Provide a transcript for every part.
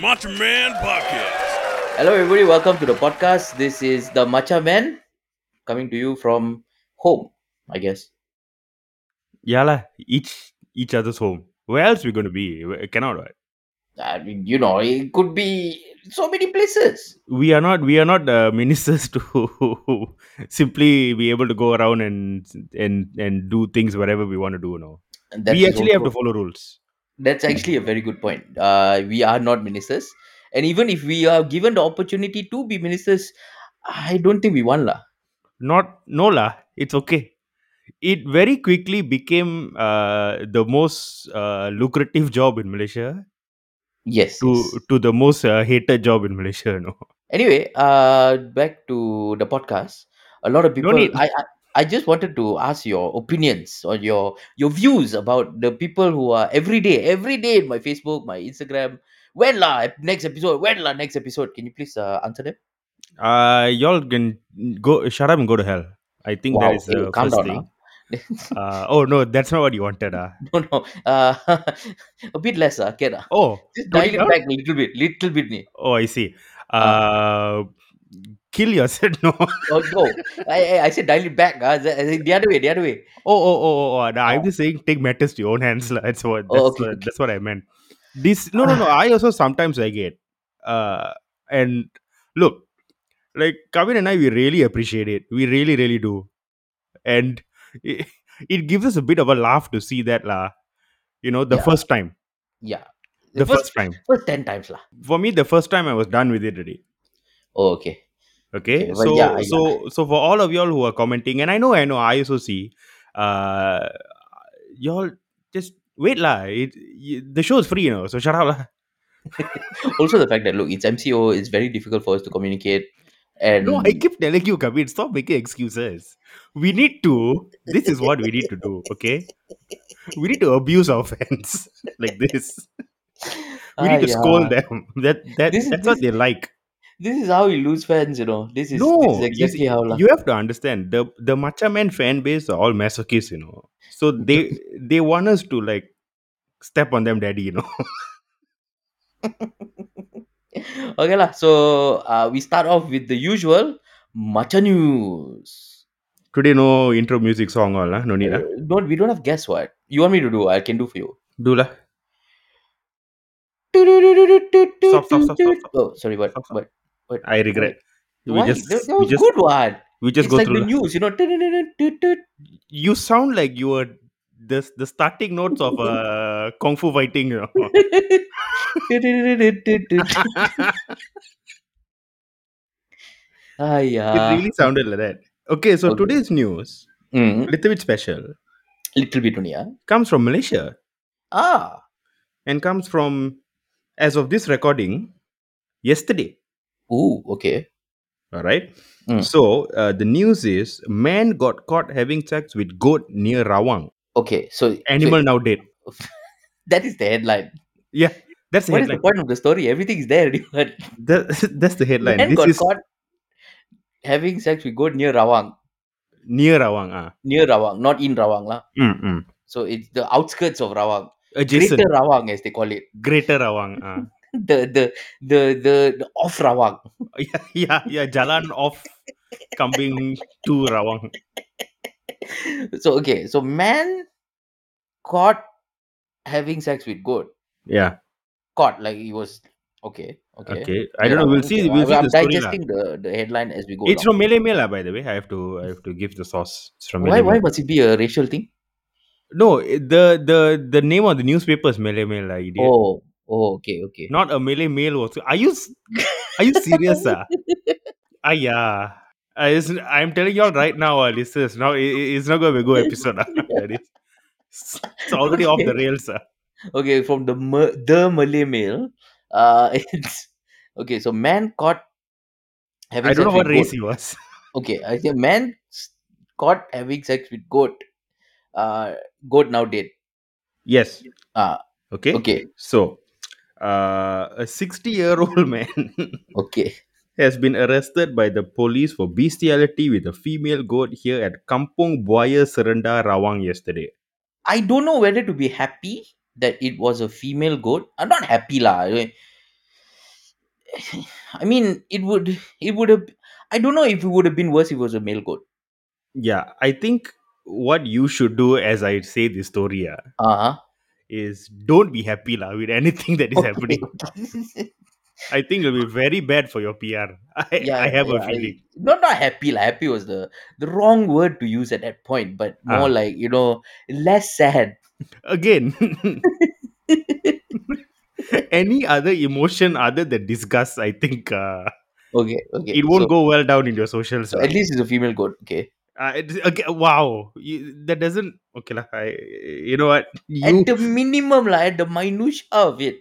Macho Man Podcast. Hello, everybody. Welcome to the podcast. This is the Macha Man coming to you from home, I guess. Yeah, lah. Each each other's home. Where else we gonna be? We cannot. Right? I mean, you know, it could be so many places. We are not. We are not uh, ministers to simply be able to go around and and and do things wherever we want to do. No, And that we is actually have to also- follow rules. That's actually a very good point. Uh, we are not ministers, and even if we are given the opportunity to be ministers, I don't think we want lah. Not no lah. It's okay. It very quickly became uh, the most uh, lucrative job in Malaysia Yes. to yes. to the most uh, hated job in Malaysia. No, Anyway, uh, back to the podcast. A lot of people. need. I, I I just wanted to ask your opinions or your your views about the people who are every day, every day in my Facebook, my Instagram. When la next episode? When la next episode? Can you please uh, answer them? uh, y'all can go shut up and go to hell. I think Wow, that is the eh, calm first down, thing. Uh, oh no, that's not what you wanted. Uh. No, no. Uh, a bit less, uh, can, uh. Oh, Just Tone dial it it down? back a little bit, little bit. Ni. Oh, I see. Uh, kill yourself. No. oh, Oh, no. I, I, I said dial it back. Uh, the other way, the other way. oh, oh, oh. oh. No, Ah. I'm just saying, take matters to your own hands. lah. That's what. That's, Oh, okay, what, okay. that's what I meant. This no, no, no. I also sometimes I get. Uh, and look, like Kavin and I, we really appreciate it. We really, really do. And it, it gives us a bit of a laugh to see that, lah. You know, the Yeah. first time, Yeah. the first time. first ten times lah. For me, the first time I was done with it already. Oh, okay. okay, Okay, well, so yeah, I- so so for all of y'all who are commenting and i know i know i also see uh y'all just wait lah it, y the show is free you know so shut up lah also the fact that look, it's MCO. It's very difficult for us to communicate. And no i keep telling you kabir stop making excuses we need to this is what we need to do okay we need to abuse our fans like this we need to Ah, scold yeah. them that that This is- that's what they like This is how we lose fans, you know. This is, no this is you, exactly see, how lah. you have to understand the the macha man fan base are all masochists you know so they they want us to like step on them daddy you know okay lah. So uh, we start off with the usual Macha news. today no intro music song all huh? no need ah. huh? Uh, don't we don't have guess what you want me to do? I can do for you. do lah Stop, stop, stop, stop. Oh, sorry, what? Stop, stop. What? What? i regret we Why? just that, that we was just good one. we just it's go like the through lah. news, you know. you sound like you are the the starting notes of uh, kung fu fighting you know Mm, Ah, it yeah. really sounded like that okay so Okay. today's news Mm, little bit special little bit only, ah. comes from malaysia Ah, and comes from as of this recording yesterday ooh, okay. all right Mm. so uh, the news is man got caught having sex with goat near rawang Okay, so animal now dead that is the headline. yeah that's the What is headline the point of the story? Everything is there. Dude. Tha- that's the headline Man this got is caught having sex with goat near Rawang. near rawang ah Near Rawang, not in Rawang. lah. Mm-mm. So it's the outskirts of Rawang. adjacent Hmm, Greater Rawang, as they call it. Uh, greater, rawang ah The the the the, the off Rawang. yeah yeah yeah jalan off coming to rawang So okay, so man caught having sex with goat. yeah Caught like he was okay. Okay. okay, i don't know we'll see we'll see I'm the story lah. digesting ah. the, the headline as we go. it's along. from Malay Mail, lah, by the way. I have to, I have to give the source. It's from why Malay Mail. why must it be a racial thing? No, i- the the the name of the newspaper is Malay Mail, lah, idiot. Oh, oh, okay, okay. Not a Malay Mail. Also. Are you s- are you serious, ah? Ah, yeah. I is, I'm telling y'all right now, uh, listeners. Now i- i- it's not going to be a good episode. ah. That is- it's, already off the Okay. rails. ah. Okay, from the Ma- the Malay Mail, uh, it's okay. So man caught having I don't know sex what with race goat. he was. Okay, I think man s- caught having sex with goat. Uh, goat now dead. Yes. Ah, Okay. Okay, So, uh, a 60 year old man okay. has been arrested by the police for bestiality with a female goat here at Kampong Buaya Serenda Rawang yesterday. I don't know whether to be happy that it was a female goat. I'm not happy lah. I mean, I mean, it would it would have. I don't know if it would have been worse if it was a male goat. Yeah, I think what you should do as I say this story ah, Uh huh. is don't be happy lah with anything that is happening. I think it'll be very bad for your PR. I, I have a feeling. not not happy. Like happy was the the wrong word to use at that point, but Uh-huh. more like you know less sad. Again, any other emotion other than disgust, I think uh, okay, okay. it won't so- go well down in your socials. So lah. at least it's a female goat. Okay. Uh, it's- okay, wow, you, that doesn't okay lah. I, you know what? You At the minimum, like at the minutia of it.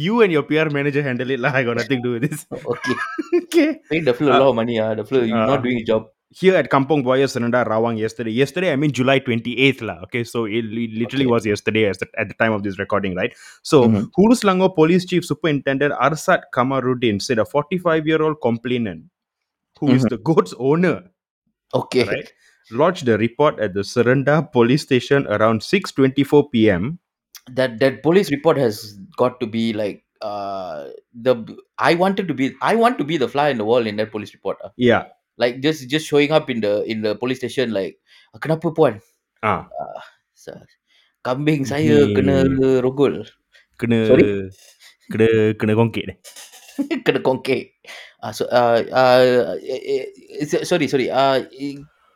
you and your PR manager handle it lah. I got nothing to do with this. Okay. okay. Pay the flow a Uh, lot of money. Uh, the flow, you're uh, not doing your job. here at Kampong Boya Sananda Rawang yesterday. Yesterday, I mean July 28th, lah. Okay, so it, li- literally Okay. was yesterday as the, at the time of this recording, right? So, Mhm. Hulu Selangor Police Chief Superintendent Arsat Kamaruddin said a 45 year old complainant, who is Mm-hmm. the goat's owner, Okay. right, lodged a report at the Saranda police station around 6:24 p.m. That that police report has got to be like uh the I wanted to be I want to be the fly in the wall in that police report. ah. Yeah, Like just just showing up in the in the police station like "Ah, kenapa puan? ah, Sa- Kambing saya Hmm. kena rogol. kena Sorry? kena kena kongkit. kena kongkek. Ah so uh, uh, eh, eh, eh, sorry sorry. Uh,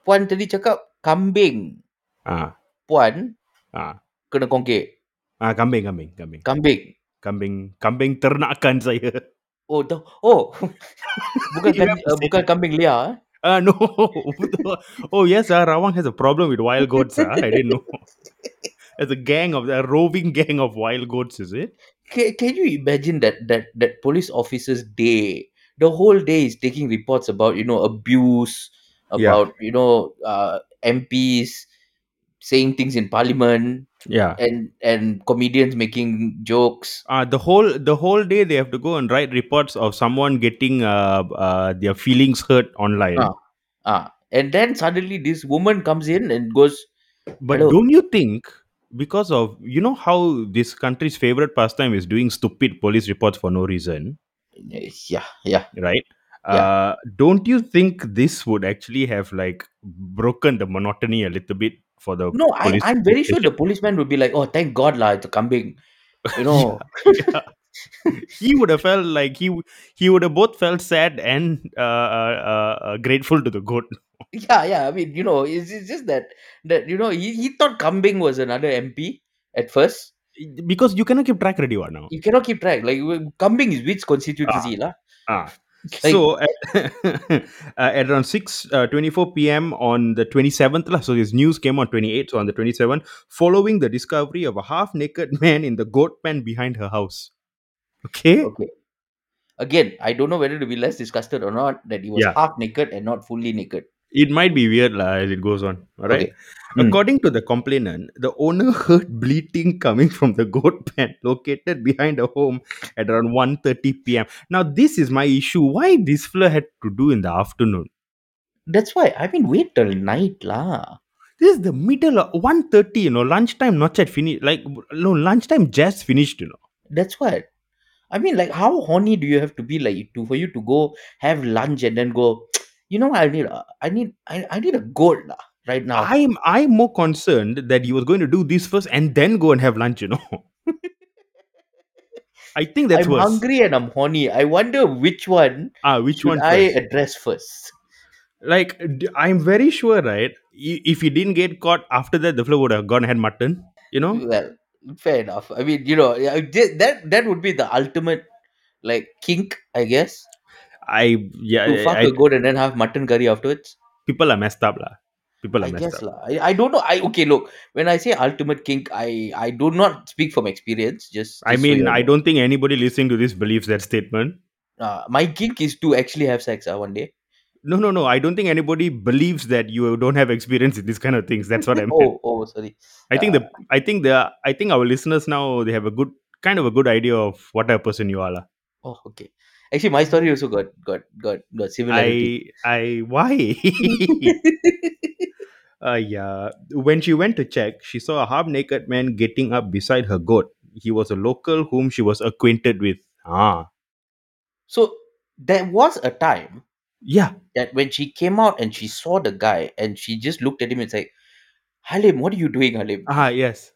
puan tadi cakap kambing Ah, puan ah, kena kongkek. ah, kambing, kambing, kambing, Kambing. kambing, kambing ternakan saya. Oh dah. Oh. bukan You kan, have to uh, say bukan kambing liar. eh. Uh, no. oh, yes, uh, Rawang has a problem with wild goats. Uh, I didn't know. There's a gang of, a roving gang of wild goats, is it? Can, can you imagine that that that police officers day the whole day is taking reports about you know abuse Yeah. about you know uh, MPs saying things in parliament Yeah. and and comedians making jokes. Uh, the whole the whole day they have to go and write reports of someone getting uh, uh, their feelings hurt online. Ah. Ah, and then suddenly this woman comes in and goes, But Hello. don't you think because of you know how this country's favorite pastime is doing stupid police reports for no reason, yeah, yeah. right? Uh, don't you think this would actually have like broken the monotony a little bit for the No, I, police I'm very sure station? the policeman would be like, oh, thank God, lah, it's a kambing. You know, he would have felt like he w- he would have both felt sad and uh, uh, uh, grateful to the goat. yeah, yeah. I mean, you know, it's, it's just that that you know he, he thought Kambing was another MP at first. Because you cannot keep track ready what now. You cannot keep track. Like w- Kambing is which constituency, lah. Ah. Like, So at, uh, at around 6 uh, 24 p.m. on the 27th, lah, so this news came on 28th, so on the 27th, following the discovery of a half naked man in the goat pen behind her house. Okay? okay. Again, I don't know whether to be less disgusted or not that he was Yeah. half naked and not fully naked. It might be weird lah, as it goes on. All right. Okay. Mm. According to the complainant, the owner heard bleating coming from the goat pen located behind a home at around 1.30 p.m. Now, this is my issue. Why this fleur had to do in the afternoon? That's why I mean, wait till night, lah. This is the middle of 1.30, you know, lunchtime not yet finished. Like, no, lunchtime just finished, you know. That's what. I mean, like, how horny do you have to be like to for you to go have lunch and then go? You know, what I need, a- I need, I, I need a goal lah, right now. I'm, I'm more concerned that he was going to do this first and then go and have lunch, you know. I think that's I'm worse. hungry and I'm horny. I wonder which one Ah, which should one first? I address first. like d- i'm very sure right i- if he didn't get caught after that the flow would have gone and had mutton you know Well, fair enough. I mean, you know, yeah, I did- that that would be the ultimate like kink, I guess. i yeah To fuck I, a goat and then have mutton curry afterwards. people are messed up lah people are I messed guess up lah. I, I don't know. I okay. Look, when I say ultimate kink, I I do not speak from experience. Just, i just so mean you i know. don't think anybody listening to this believes that statement Uh, my kink is to actually have sex uh, one day. no no no i don't think anybody believes that you don't have experience in these kind of things that's what i meant Oh, oh, sorry. i think the i think the i think our listeners now they have a good kind of a good idea of what type of person you are lah. Oh, okay. Actually, my story also got got got got similarity. i i why Uh, yeah. When she went to check, she saw a half naked man getting up beside her goat. He was a local whom she was acquainted with. Ah. So there was a time Yeah. that when she came out and she saw the guy and she just looked at him and said, Halim, what are you doing, Halim? Ah, yes.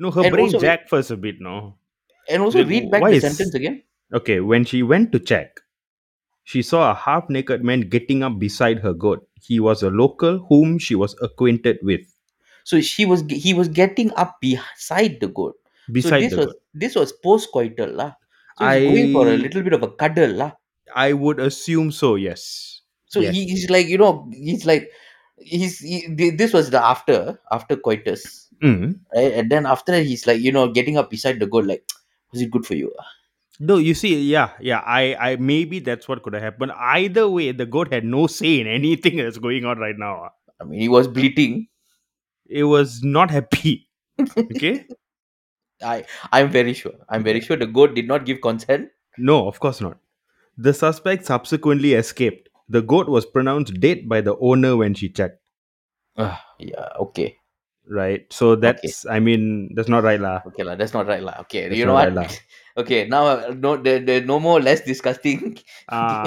No, her And brain also- jacked first a bit, no? And also then read back why the is- sentence again. Okay, when she went to check, she saw a half naked man getting up beside her goat. He was a local whom she was acquainted with. So she was ge- he was getting up beside the goat. so Beside this the was goat. this was post coital lah. So he's going for a I- little bit of a cuddle lah. I would assume so, yes. So Yes. he, he's like, you know, he's like, he's he, th- this was the after after coitus, Mm. right? And then after that, he's like, you know, getting up beside the goal, like, was it good for you? No, you see, yeah, yeah. I, I maybe that's what could have happened. Either way, the goat had no say in anything that's going on right now. ah. I mean, he was bleeding. It was not happy. Okay? I I'm very sure. I'm very sure the goat did not give consent. No, of course not. The suspect subsequently escaped. The goat was pronounced dead by the owner when she checked. Ah, yeah, okay, Right. So that's I mean, that's not right, lah. okay lah. That's not right lah. Okay, That's you know not what? right okay, now uh, no, there, there no more less disgusting. Ah, Oh,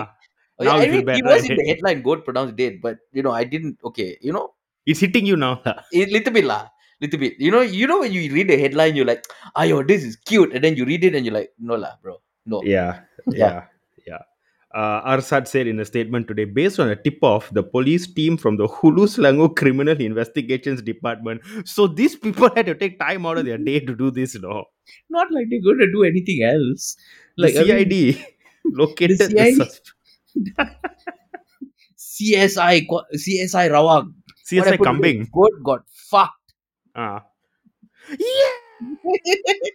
yeah, Now I you feel mean, bad, it was right? in the headline, goat pronounced dead, but you know, I didn't. Okay, you know, it's hitting you now. lah. a little bit lah little bit you know you know when you read the headline you're like ayo this is cute and then you read it and you're like no lah bro no Yeah, yeah, Yeah. yeah. Uh, Arsad said in a statement today, based on a tip-off, the police team from the Hulu Slango Criminal Investigations Department. So these people had to take time out of their day to do this, no? not like they're going to do anything else like the I mean, CID located the, CID sus- csi co- csi rawak What CSI happened to the Kambing. goat got fucked Ah.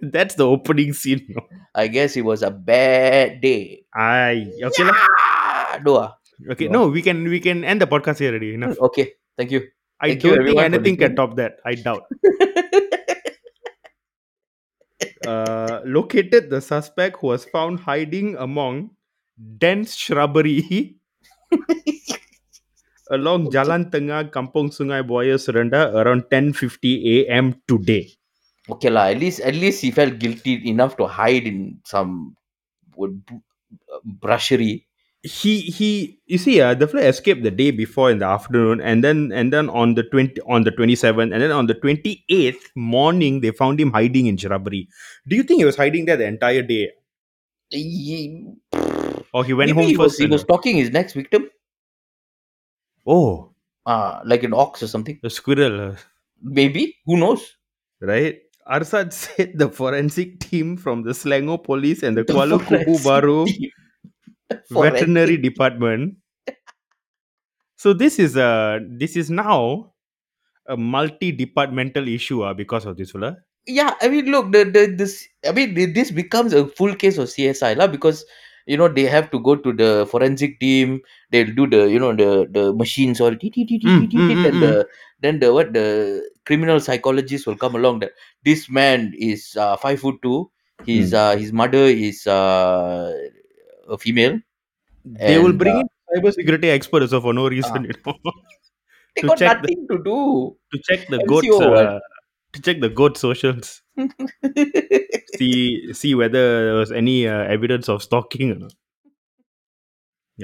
That's the opening scene. No? i guess it was a bad day I okay, lah. ah, no ah. okay. No, we can we can end the podcast here already. Enough. okay thank you I Thank you don't think everyone for anything can listening. top that. I doubt. Uh, located the suspect who was found hiding among dense shrubbery along Jalan Tengah, Kampong Sungai Buaya, Suranda around 10:50 a.m. today. okay lah at least at least he felt guilty enough to hide in some wood brushery he he you see uh, the fly escaped the day before in the afternoon and then and then on the 20 on the 27th and then on the 28th morning they found him hiding in shrubbery do you think he was hiding there the entire day He- or he went Maybe home he first was, he and- was stalking his next victim oh uh, like an ox or something. the squirrel uh, Maybe. Who knows? right arsad said the forensic team from the slango police and the, The kuala kubu forensic baru Forensic- veterinary department so this is uh this is now a multi-departmental issue uh, because of this fella Yeah, I mean, look, the, the this I mean, th- this becomes a full case of CSI lah because you know they have to go to the forensic team. They'll do the you know the the machines all dee- dee- dee- dee- Mm, dee- mm, dee- mm, then the then the what the criminal psychologist will come along that this man is uh, five foot two. Mm. His uh, his mother is uh, a female. they will And, bring uh, Ah. in cyber security expert also for no reason you know They To got check the- nothing to do. to check the MCO goats or- uh, to check the goat socials see see whether there was any uh, evidence of stalking or not.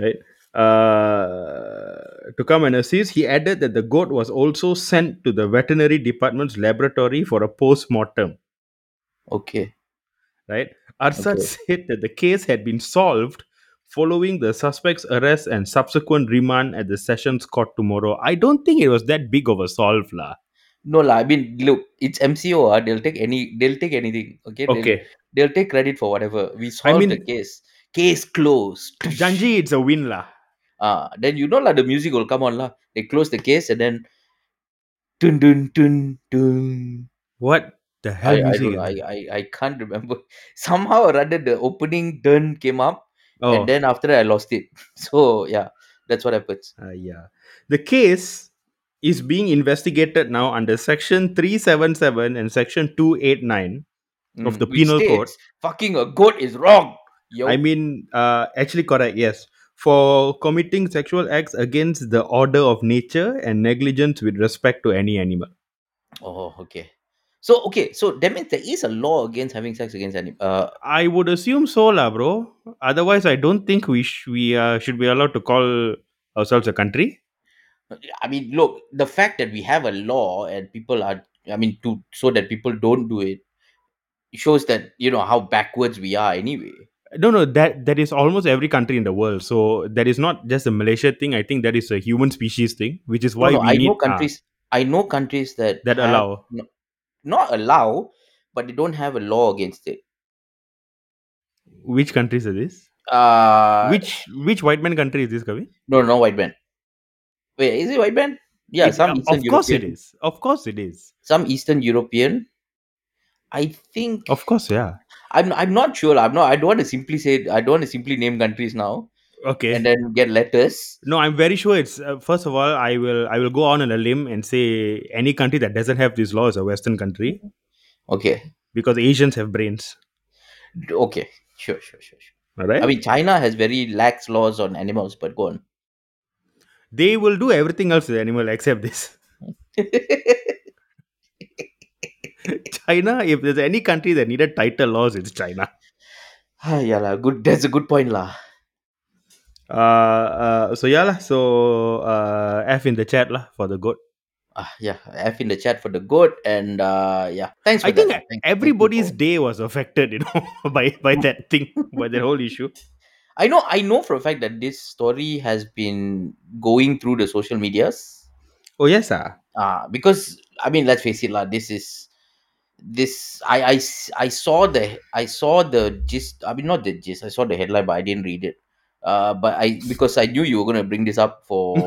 right uh, to come and assist he added that the goat was also sent to the veterinary department's laboratory for a post-mortem okay. right arsad Okay. said that the case had been solved following the suspect's arrest and subsequent remand at the sessions court tomorrow i don't think it was that big of a solve lah No lah. I mean, look, it's MCO. ah, They'll take any. They'll take anything. Okay. They'll- okay They'll, take credit for whatever. We solved mean- the case. Case closed. janji it's a win lah Ah, then you know lah. The music will come on lah. They close the case and then. Dun dun dun dun. what the hell I, I, music don't, is know, I, that? I I can't remember. Somehow or other, the opening dun came up, oh and then after that, I lost it. So yeah, that's what happens. uh, yeah the case is being investigated now under section 377 and section 289 Of Mm, the which penal code. states, Fucking a goat is wrong. Yo. I mean, uh, actually, correct, yes. For committing sexual acts against the order of nature and negligence with respect to any animal. Oh, okay. So okay, so that means there is a law against having sex against any. Uh, I would assume so, lah, bro. Otherwise, I don't think we sh- we uh, should be allowed to call ourselves a country. I mean, look, the fact that we have a law and people are, I mean, to so that people don't do it shows that you know how backwards we are anyway. No, no, that that is almost every country in the world. So that is not just a Malaysia thing. I think that is a human species thing, which is why no, no, we I need know uh, countries. I know countries that that have- allow. no- not allow, but they don't have a law against it. Which countries are this? Uh, which which white man country is this, Kavi? no, no white man. Wait, is it white man? Yeah, It- some of Eastern course European, it is. Of course it is. some Eastern European. I think Of course, yeah. I'm. I'm not sure. I'm not. I don't want to simply say. I don't want to simply name countries now Okay. and then get letters. no, I'm very sure it's uh, first of all I will I will go on on a limb and say any country that doesn't have this law is a western country Okay. because Asians have brains. Okay. Sure. Sure. Sure. Sure. All right. I mean, China has very lax laws on animals, but go on. they will do everything else to the animal except this. China, if there's any country that needed tighter laws, it's China. Ah, yeah, lah. Good. That's a good point, lah. Uh, uh, so yeah, lah. so uh, F in the chat lah for the goat. Ah, yeah. F in the chat for the goat, and uh, yeah. Thanks. For I think that. Thank- thank you everybody's for- day was affected, you know, by by that thing, by that whole issue. I know. I know for a fact that this story has been going through the social medias. Oh yes, ah. uh, because I mean, let's face it, lah. This is this. I, I s- I saw the I saw the gist. I mean, not the gist. I saw the headline, but I didn't read it. Uh, but I because I knew you were gonna bring this up for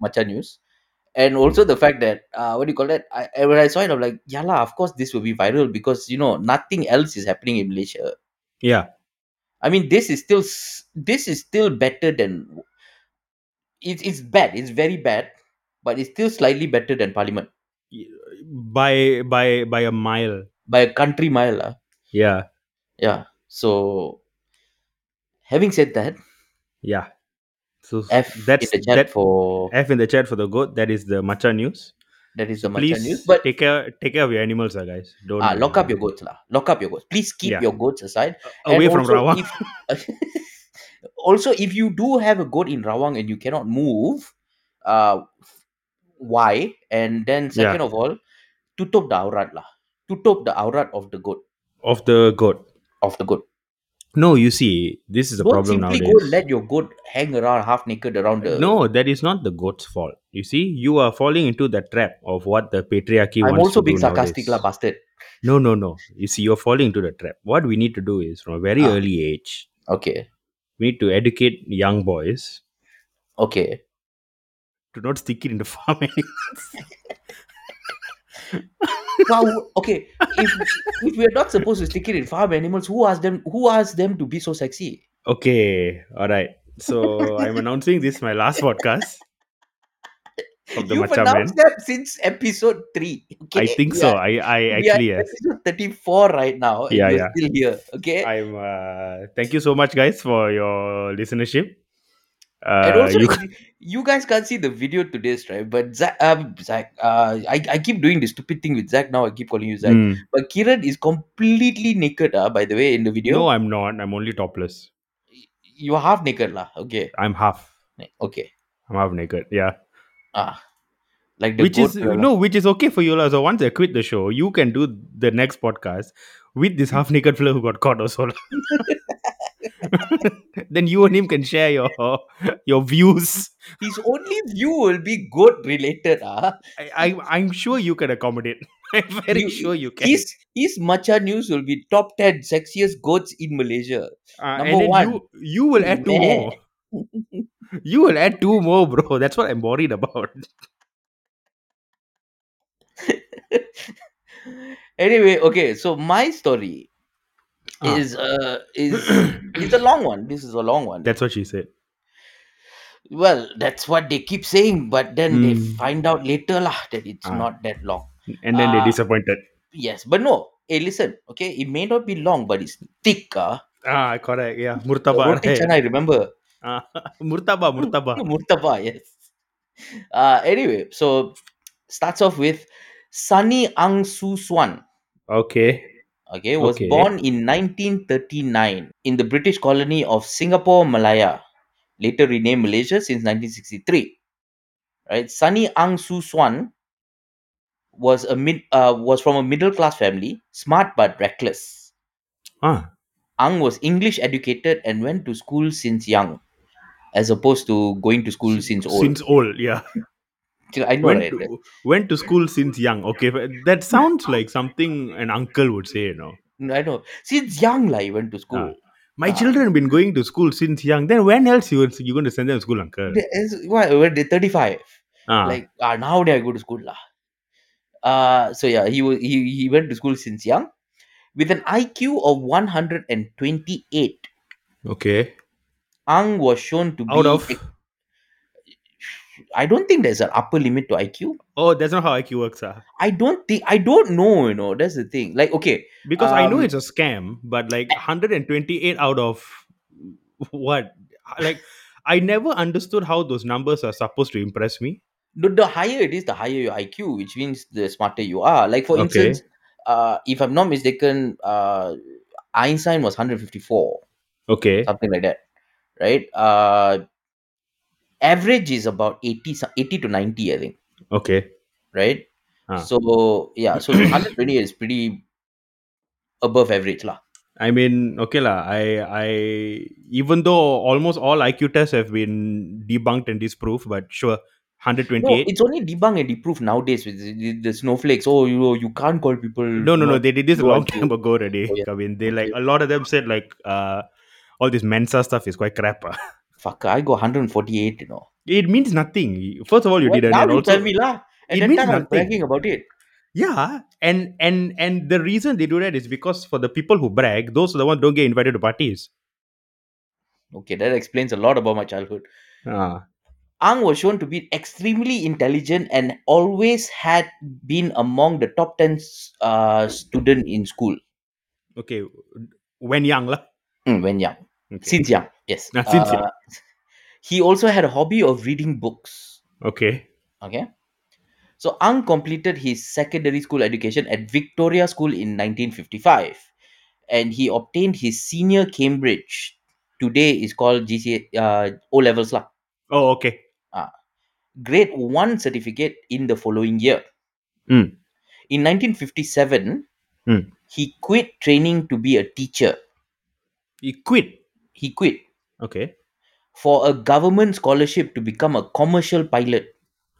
Macha News, and also the fact that uh, what do you call that? I I- when I saw it, I'm like, yeah, lah. Of course, this will be viral because you know nothing else is happening in Malaysia. Yeah, I mean, this is still s- this is still better than it's it's bad. It's very bad, but it's still slightly better than Parliament by by by a mile. by a country mile, lah. Yeah, yeah so having said that yeah. So f that's in the chat that for F in the chat for the goat. That is the matcha news. that is the matcha Please news but take care take care of your animals, ah, guys. Don't ah, uh, lock up your goats lah. lock up your goats please keep Yeah. your goats aside And away from also Rawa. if, also if you do have a goat in rawang and you cannot move uh why and then Yeah. second of all tutup the aurat lah tutup the aurat of the goat of the goat. of the goat No, you see, this is a don't problem simply go nowadays. let your goat hang around half naked around the No, that is not the goat's fault. You see, you are falling into the trap of what the patriarchy i'm wants also to do being sarcastic lah nowadays. bastard No, no, no. You see, you're falling into the trap. What we need to do is, from a very Ah. early age, okay we need to educate young boys okay to not stick it in the farm. Wow. Okay. If if we're not supposed to stick it in farm animals, who asked them? Who asked them to be so sexy? okay, all right. So I'm announcing this my last podcast of the You've Macha Man. announced them since episode three. Okay. I think We so. are- I, I we are actually in uh, yes. episode thirty-four right now. and Yeah, you're yeah. Still here. Okay. I'm. Uh, thank you so much, guys, for your listenership. Uh, and also, you if you, you guys can't see the video to this, right? But Zach, um, Zach uh, I, I keep doing the stupid thing with Zach now. I keep calling you Zach. Mm. But Kiran is completely naked, uh, by the way, in the video. No, I'm not. I'm only topless. You're half naked, lah. Okay. I'm half. Okay. I'm half naked. Yeah, Ah. Like the which goat is fella. no, which is okay for you. lah. So once I quit the show, you can do the next podcast with this half naked fellow who got caught also. lah. then you and him can share your your views. His only view will be goat related. Ah, I, I I'm sure you can accommodate. I'm very You- sure you can. his his Macha news will be top ten sexiest goats in Malaysia. Uh, Number and then one. you you will add two Meh. more. You will add two more, bro. That's what I'm worried about. anyway, okay. So my story Ah. is uh is it's a long one. This is a long one. That's what she said. well, that's what they keep saying, but then they Mm. find out later lah that it's Ah. not that long. And then Ah. they're disappointed. Yes, but no. Hey, listen. Okay, it may not be long, but it's thick. Ah, Ah, correct. Yeah, The murtaba. roti chana, I remember. Ah, murtaba, murtaba. Murtaba, yes. Uh, anyway, so starts off with Sunny Ang Su Swan. Okay. okay, was Okay. born in 1939 in the British colony of Singapore, Malaya, later renamed Malaysia since 1963. Right, Sunny Ang Su Swan was a mid, uh, was from a middle class family, smart but reckless. Ah. Ang was English educated and went to school since young, as opposed to going to school since old. Since old, yeah. Till- I know, Went right? to, went to school since young. Okay, but that sounds like something an uncle would say. You know, I know. Since young, like, he went to school. my Ah. children been going to school since young. Then when else you you going to send them to school, uncle? They- is- What? When they're 35. Ah. like ah, now they go to school lah. Uh, so yeah, he was he, he went to school since young with an IQ of 128. okay, Ang was shown to be out of I don't think there's an upper limit to IQ. oh, that's not how IQ works, ah. I don't think I don't know. You know, that's the thing. Like okay, Because I know Um, it's a scam, but like 128 out of what? Like, I never understood how those numbers are supposed to impress me. the, the higher it is, the higher your IQ, which means the smarter you are. Like for Okay. instance, uh, if I'm not mistaken, uh, Einstein was 154. Okay, something like that right uh average is about 80 so- 80 to 90 i think okay, right Ah. so yeah so 120 is pretty above average lah I mean, okay lah. I, I, even though almost all IQ tests have been debunked and disproved, but sure, no 128. it's only debunk and deproof nowadays with the, the- the snowflakes oh you you can't call people No, no, no. not- They did this a no long IQ. time ago already. Oh, yeah. I mean, they like Okay. a lot of them said like, uh, all this Mensa stuff is quite crap. ah. fuck i go 148 you know It means nothing. First of all, you What? didn't. now and you also, tell me lah it at that means time i'm nothing. bragging about it Yeah, and and and the reason they do that is because for the people who brag, those are the ones don't get invited to parties. okay that explains a lot about my childhood Ah, Ang was shown to be extremely intelligent and always had been among the top 10 uh, student in school okay. When young lah. mm, when young. Hmm. Okay. Since young, yes. Ah, since young. Uh, he also had a hobby of reading books. okay. Okay. So Ang completed his secondary school education at Victoria School in 1955 and he obtained his senior Cambridge. Today is called GCA uh, O levels lah. Oh, okay. grade 1 certificate in the following year. Mm. In 1957, Mm. he quit training to be a teacher. You quit. He quit Okay. for a government scholarship to become a commercial pilot.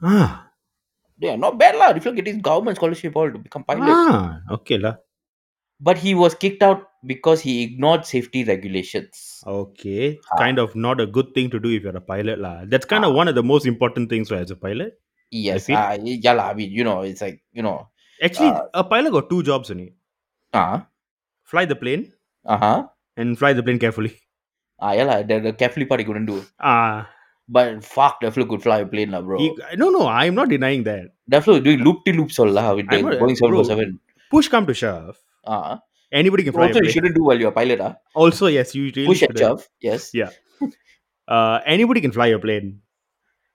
Ah. Yeah, not bad lah. If you get his government scholarship all to become pilot. Ah. Okay lah. But he was kicked out because he ignored safety regulations. Okay. Ah. Kind of not a good thing to do if you're a pilot lah. That's kind of one of the most important things right, as a pilot. Yes, feel- ah, yeah lah. I mean, you know, it's like you know, Actually, Ah. a pilot got two jobs in it: uh fly the plane uh huh, and fly the plane carefully. ah yeah lah. The, the carefully part he couldn't do, Ah. but fuck, the flew could fly a plane lah, bro. he- no, no. I'm not denying that. That's what we're doing loop to loops all lah with the I'm not- Boeing oh bro. 747. Push come to shove. Ah, Anybody can fly a also, you plane. shouldn't do while you're a pilot. Ah, Also, yes, you really push and shouldn't. shove. Yes, Yeah. Uh, anybody can fly a plane.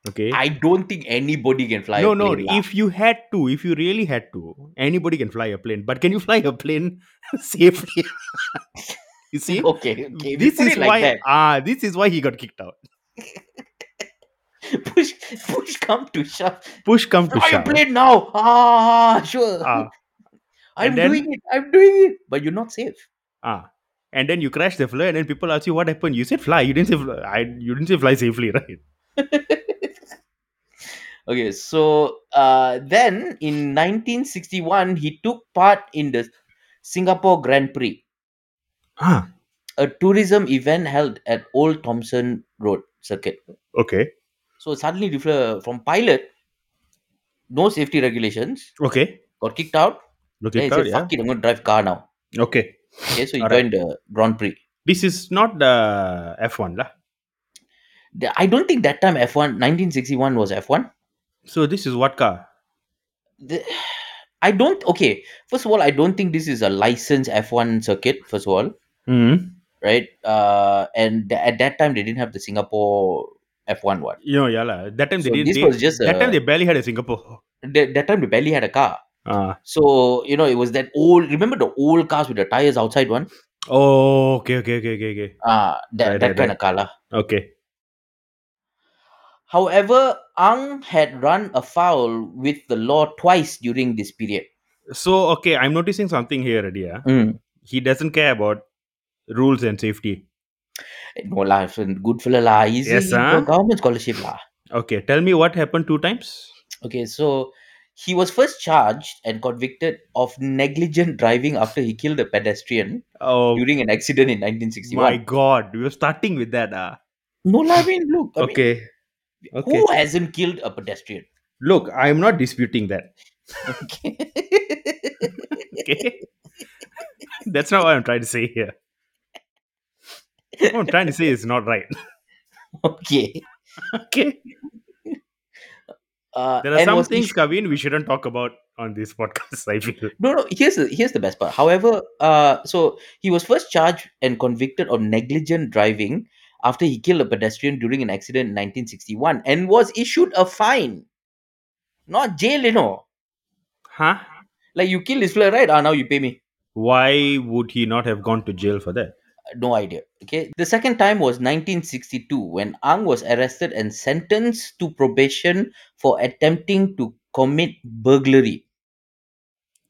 Okay. I don't think anybody can fly. no, a no. plane, lah. If you had to, if you really had to, anybody can fly a plane. But can you fly a plane safely? you see, okay, okay, we this put is it like why. that. Ah, this is why he got kicked out. push, push, come to shove. Push come to Fly a shove. plane now. Ah, sure. Ah, I'm and then- doing it. I'm doing it. But you're not safe. ah. And then you crash the plane, and then people ask you what happened. You said fly. You didn't say fly. I, you didn't say fly safely, right? Okay, so uh, then in 1961, he took part in the Singapore Grand Prix, Ah, a tourism event held at Old Thompson Road Circuit. okay, So suddenly, Riffler from pilot, no safety regulations, okay, got kicked out. okay, Then he said, "Fuck it, I'm going to drive car now." okay. Okay, so he Alright. joined the Grand Prix. This is not the F one lah. The- I don't think that time F1 1961 was F1. So this is what car? The- I don't. Okay, first of all, I don't think this is a licensed F1 circuit. First of all, Mm-hmm. right? Uh, and th- at that time, they didn't have the Singapore F1 one. You know, yeah, lah. That time So they didn't. this They, was just that a- time they barely had a Singapore. That, that time, they barely had a car. Uh, So you know, it was that old. Remember the old cars with the tires outside one? oh, okay, okay, okay, okay, okay. Uh that Right, that kind right, right. of car lah. Okay. However, Ang had run afoul with the law twice during this period. So, okay, I'm noticing something here already. Yeah? Mm. He doesn't care about rules and safety. No lah, it's a good fella lah. Easy Yes, for ah. government scholarship lah. Okay, tell me what happened two times. Okay, so he was first charged and convicted of negligent driving after he killed a pedestrian Oh during an accident in my 1961. god, we were starting with that. Uh. No, lah, I mean, look, I mean, Okay. Okay. who hasn't killed a pedestrian? Look, I'm not disputing that. Okay. Okay. That's not what I'm trying to say here. What I'm trying to say is not right. okay. Okay. Uh, There are and some was things, issued- Kavin, we shouldn't talk about on this podcast, I feel. No, no. Here's the here's the best part. However, uh, so he was first charged and convicted of negligent driving after he killed a pedestrian during an accident in 1961, and was issued a fine, not jail, you know. Huh? Like you kill this fella, right? Ah, now you pay me. Why would he not have gone to jail for that? No idea. Okay. The second time was 1962 when Ang was arrested and sentenced to probation for attempting to commit burglary.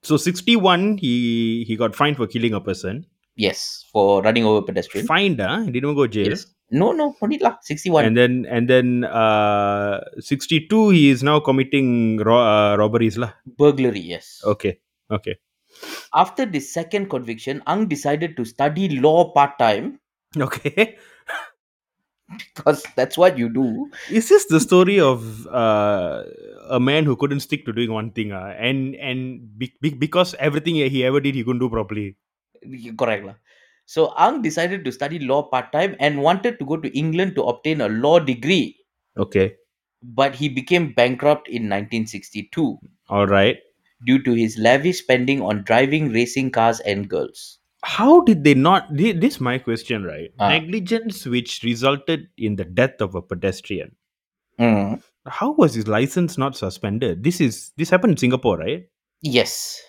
So 61, he he got fined for killing a person. Yes, for running over pedestrian. Fined, huh? He didn't even go to jail. Yes. No, no, no need lah. 61. And then and then uh 62, he is now committing ro- uh, robberies, lah. burglary, yes. Okay. Okay. After the second conviction, Ang decided to study law part time Okay. because that's what you do. Is this the story of uh, a man who couldn't stick to doing one thing, uh, and and be- be- because everything he ever did he couldn't do properly? Y- Correct. lah. So, Ang decided to study law part time and wanted to go to England to obtain a law degree, Okay, but he became bankrupt in 1962 all right. due to his lavish spending on driving, racing cars, and girls. How did they not? thi- This is my question, right? Ah. Negligence which resulted in the death of a pedestrian. Mm. How was his license not suspended? This is this happened in Singapore, right? Yes.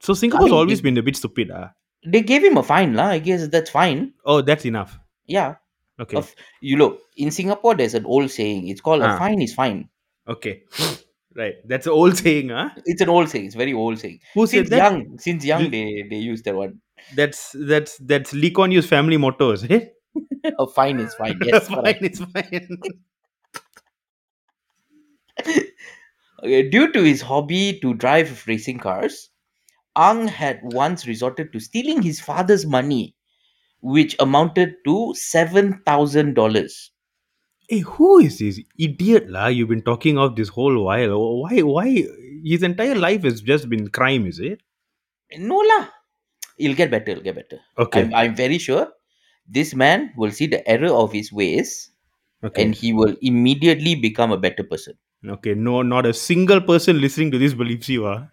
So I Singapore's mean, always it- been a bit stupid. ah. They gave him a fine, lah. I guess that's fine. Oh, that's enough. Yeah. Okay, Of- You look, in Singapore, there's an old saying. It's called Ah. a fine is fine. okay, right. That's an old saying, huh? It's an old saying. It's very old saying. Who since said that? young, since young, Did- they they use that one. That's that's that's Lee Kuan Yew's family motto, is it? A Oh, fine is fine. Yes, correct. fine, it's fine. Okay, uh, due to his hobby to drive racing cars, Ang had once resorted to stealing his father's money, which amounted to seven thousand dollars. Hey, who is this idiot la? You've been talking of this whole while. Why? Why? His entire life has just been crime, is it? No lah, it'll get better. It'll get better. Okay. I'm, I'm very sure this man will see the error of his ways, okay. and he will immediately become a better person. okay. No, not a single person listening to this believes you ah. are.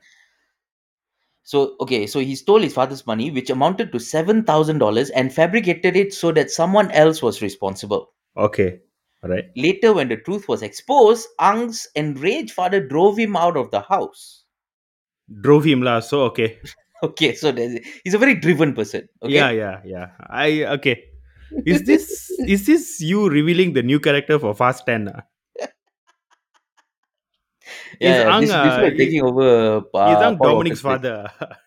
So okay, so he stole his father's money, which amounted to seven thousand dollars, and fabricated it so that someone else was responsible. Okay. All right. Later, when the truth was exposed, Ang's enraged father drove him out of the house. Drove him la. So okay. Okay, so there's, he's a very driven person. Okay, Yeah. Yeah. Yeah. I okay. Is this is this you revealing the new character for Fast Ten? ah? la? yeah, is yeah, Ang, this, this uh, guy is- taking over. Uh, He's not Paul Dominic's Walker's father. ah.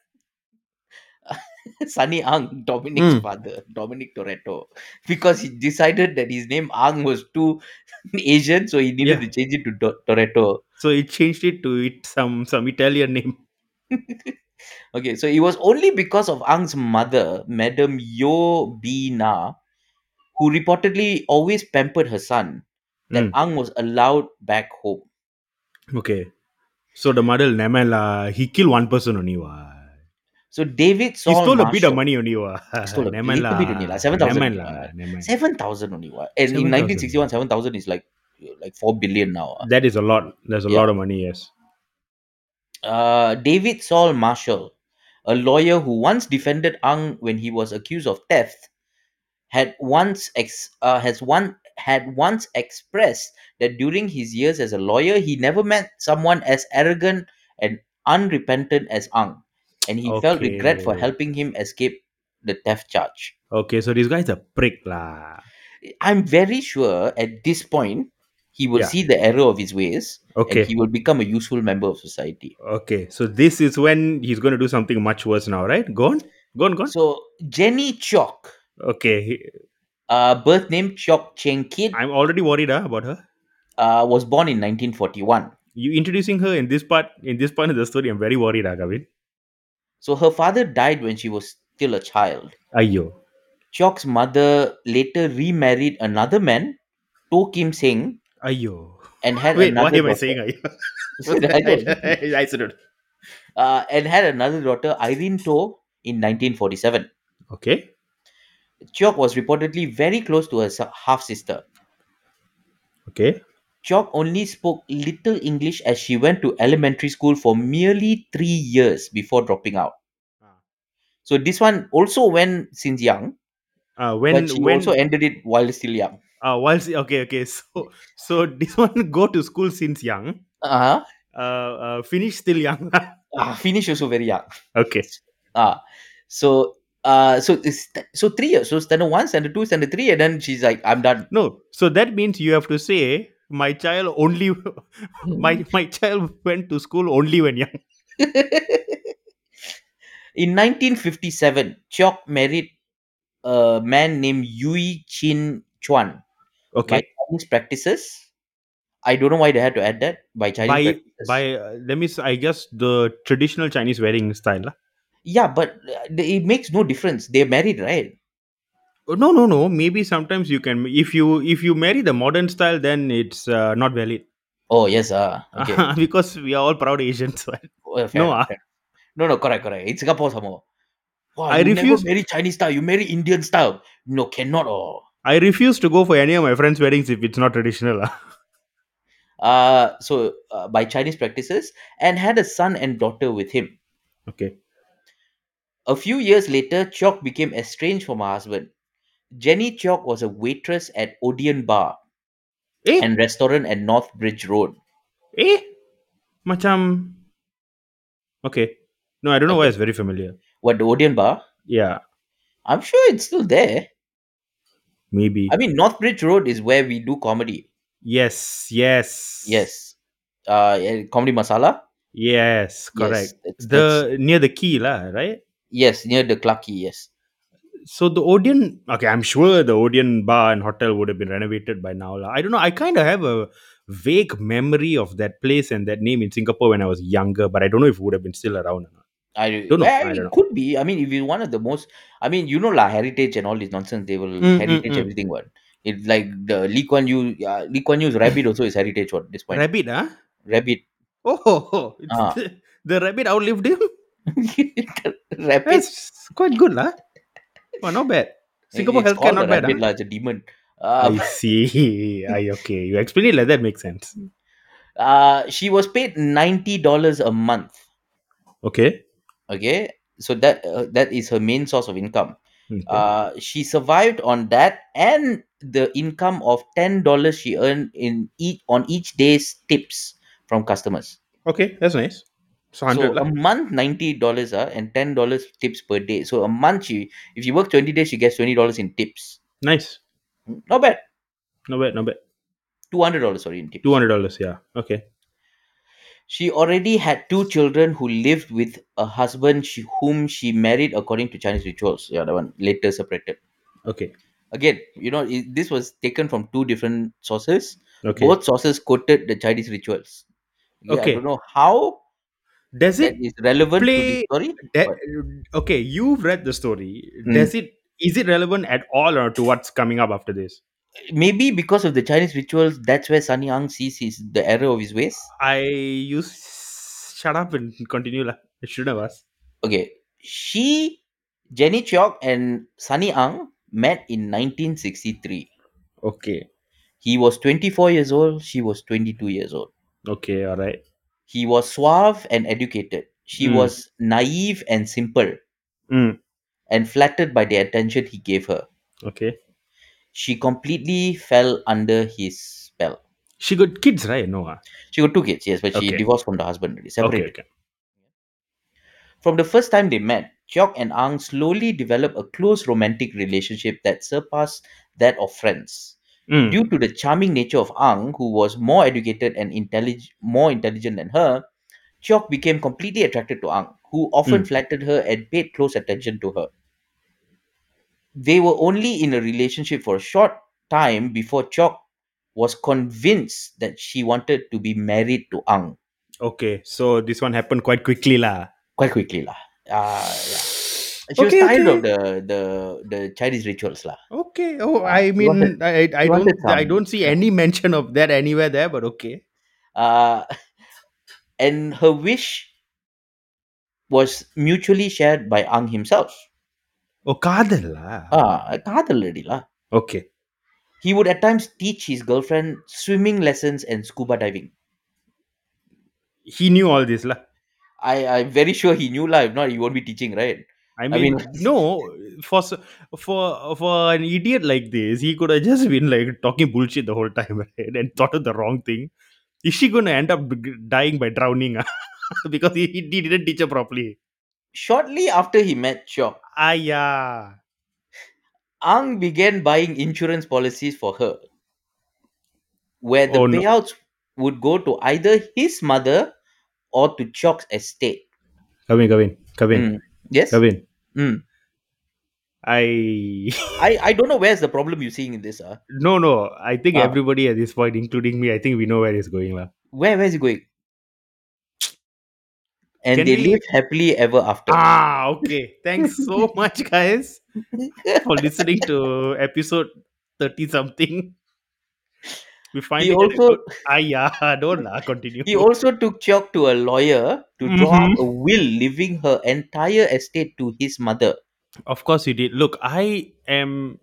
place. Sunny Ang, Dominic's Mm. father, Dominic Toretto, because he decided that his name Ang was too Asian, so he needed Yeah. to change it to Do- Toretto. So he changed it to it some some Italian name. Okay, so it was only because of Ang's mother, Madame Yo Bi Na, who reportedly always pampered her son, that Mm. Ang was allowed back home. Hmm, Okay. So the model Nemela, he killed one person only. Wa. So David He Saul stole a bit of Marshall- money only. ah. Wa. stole a Nemela, little bit only lah, 7,000 only Nemela, lah. Nemela. 7,000 only. What? And 7,000. in 1961, 7,000 is like like 4 billion now. ah. That is a lot. There's a Yeah. lot of money, yes. Uh, David Saul Marshall, a lawyer who once defended Ang when he was accused of theft, had once ex- uh, has one had once expressed that during his years as a lawyer, he never met someone as arrogant and unrepentant as Ang, and he felt Okay. regret for helping him escape the theft charge. Okay, so this guy's a prick lah. I'm very sure at this point he will Yeah. see the error of his ways Okay. and he will become a useful member of society. Okay, so this is when he's going to do something much worse now, right? Go on, go on, go on. So Jenny Chok, Okay, he- uh, birth name Chok Cheng Kit, I'm already worried ah, about her. uh, was born in 1941. You introducing her in this part, in this part of the story, I'm very worried, ah, Gavin. So her father died when she was still a child. Ayo. Chok's mother later remarried another man, To Kim Singh, Ayo. and had Wait, another what am I daughter. saying? Ayo? I don't know. I said uh, and had another daughter, Irene To, in 1947. Okay. Chok was reportedly very close to her half sister. Okay. Chok only spoke little English as she went to elementary school for merely three years before dropping out. Ah. So this one also went since young, Uh, when but she when also ended it while still young. uh, whilst okay okay so so this one go to school since young, Uh-huh. uh, uh finish still young. Ah, Finnish also very young. okay. Ah, so uh, so it's so three years. So standard one, standard two, standard three, and then she's like, I'm done. No, so that means you have to say my child only my my child went to school only when young. In 1957, Chok married a man named Yui Chin Chuan. Okay. Chinese practices. I don't know why they had to add that by Chinese By- practices. By uh, let me s- I guess the traditional Chinese wedding style. lah. yeah, but uh, they- it makes no difference. They're married, right? Oh, No, no, no. Maybe sometimes you can if you if you marry the modern style, then it's uh, not valid Oh yes, ah, okay. because we are all proud Asians. right? Oh, fair, No, ah. fair. no, no, correct, correct. It's Singapore somehow. Wow, I you refuse- Never marry Chinese style. You marry Indian style. No, cannot. Oh. I refuse to go for any of my friends' weddings if it's not traditional. lah. Uh, so uh, by Chinese practices, and had a son and daughter with him. okay. A few years later, Chok became estranged from her husband. Jenny Chok was a waitress at Odeon Bar Eh, and restaurant at North Bridge Road. eh, macam. Okay. No, I don't know why it's very familiar. What the Odeon Bar? Yeah, I'm sure it's still there. maybe. I mean, North Bridge Road is where we do comedy. Yes, yes, Yes, uh, eh, comedy masala. yes. Correct. Yes, that's- the near the key, lah, right? Yes, near the Clarke. Yes. So the Odeon. Okay, I'm sure the Odeon bar and hotel would have been renovated by now, lah. I don't know. I kind of have a vague memory of that place and that name in Singapore when I was younger, but I don't know if it would have been still around or not. I Don't know, well, I it don't know. could be. I mean, if you one of the most, I mean, you know, la heritage and all this nonsense, they will Mm, mm, heritage mm. everything. What it's like the Lee Kuan Yew, uh, Lee Kuan Yew's rabbit also is heritage. What this point, Rabbit, huh? rabbit, Oh, ho, ho. It's Ah. the, the rabbit outlived him. rabbit. That's quite good, lah. Oh, not bad. Singapore it's healthcare called not a bad. rabbit, huh? lah, it's a demon. Uh, I see. I okay. You explain it like that makes sense. uh, she was paid ninety dollars a month. Okay. Okay, so that uh, that is her main source of income. Okay. Uh, she survived on that and the income of ten dollars she earned in each on each day's tips from customers. okay. That's nice. So So um, hundred. lah. a month ninety dollars uh, and ten dollars tips per day. So a month she if you work twenty days she gets twenty dollars in tips. Hmm, nice. Not bad. Not bad. Not bad. Two hundred dollars sorry in tips. Two hundred dollars. Yeah. Okay. She already had two children who lived with a husband she, whom she married according to Chinese rituals. Yeah, the one later separated. Okay. Again, you know, it, this was taken from two different sources. Okay. Both sources quoted the Chinese rituals. Yeah, Okay. I don't know how Does that it? is relevant play- to the story. that- okay. You've read the story. Mm. Does it? Is it relevant at all or to what's coming up after this? Maybe because of the Chinese rituals, that's where Sunny Ang sees his, the error of his ways. I you s- shut up and continue. lah. I shouldn't have asked. Okay. She, Jenny Chok, and Sunny Ang met in 1963. Okay. He was 24 years old, she was 22 years old. Okay. All right. He was suave and educated. She Mm. was naive and simple Mm. and flattered by the attention he gave her. Okay. She completely fell under his spell. She got kids, right? No. ah? She got two kids, yes, but she Okay. divorced from the husband. already, Okay. Separated. Okay. From the first time they met, Kyok and Ang slowly developed a close romantic relationship that surpassed that of friends. Mm. Due to the charming nature of Ang, who was more educated and intellig- more intelligent than her, Kyok became completely attracted to Ang, who often flattered her and paid close attention to her. They were only in a relationship for a short time before Kyok was convinced that she wanted to be married to Ang. Okay, so this one happened quite quickly, lah. Quite quickly, lah. Uh, yeah. She was tired of the, the the Chinese rituals, lah. Okay. Oh, Yeah, I you mean, wanted- I, I- I you wanted don't, I some. don't see any mention of that anywhere there. But okay. Uh, and her wish was mutually shared by Ang himself. Oh, காதல் lah. Ah, காதல் இல்லடி lah. Okay. He would at times teach his girlfriend swimming lessons and scuba diving. He knew all this lah. I, I'm very sure he knew lah. If not, he won't be teaching, right? I mean, mean- no, for s- for for an idiot like this, he could have just been like talking bullshit the whole time right? and thought of the wrong thing. Is she going to end up g- dying by drowning? ah? because he, he didn't teach her properly. Shortly after he met Shaw, Ah, yeah. Ang began buying insurance policies for her, where the Oh, no. payouts would go to either his mother or to Chok's estate. Come in, come in, come in, Mm. Yes, come in. Mm. Hmm. I I, I don't know where's the problem you're seeing in this. Uh. No, no. I think Ah. everybody at this point, including me, I think we know where it's going. lah. Where where's he going? And Can they we- live happily ever after. Ah, okay. Thanks so much, guys, for listening to episode 30 something. he We finally. also Ah, yeah. Don't lah. Continue. he also took Chok to a lawyer to Mm-hmm. draw up a will, leaving her entire estate to his mother. of course, you did. Look, I am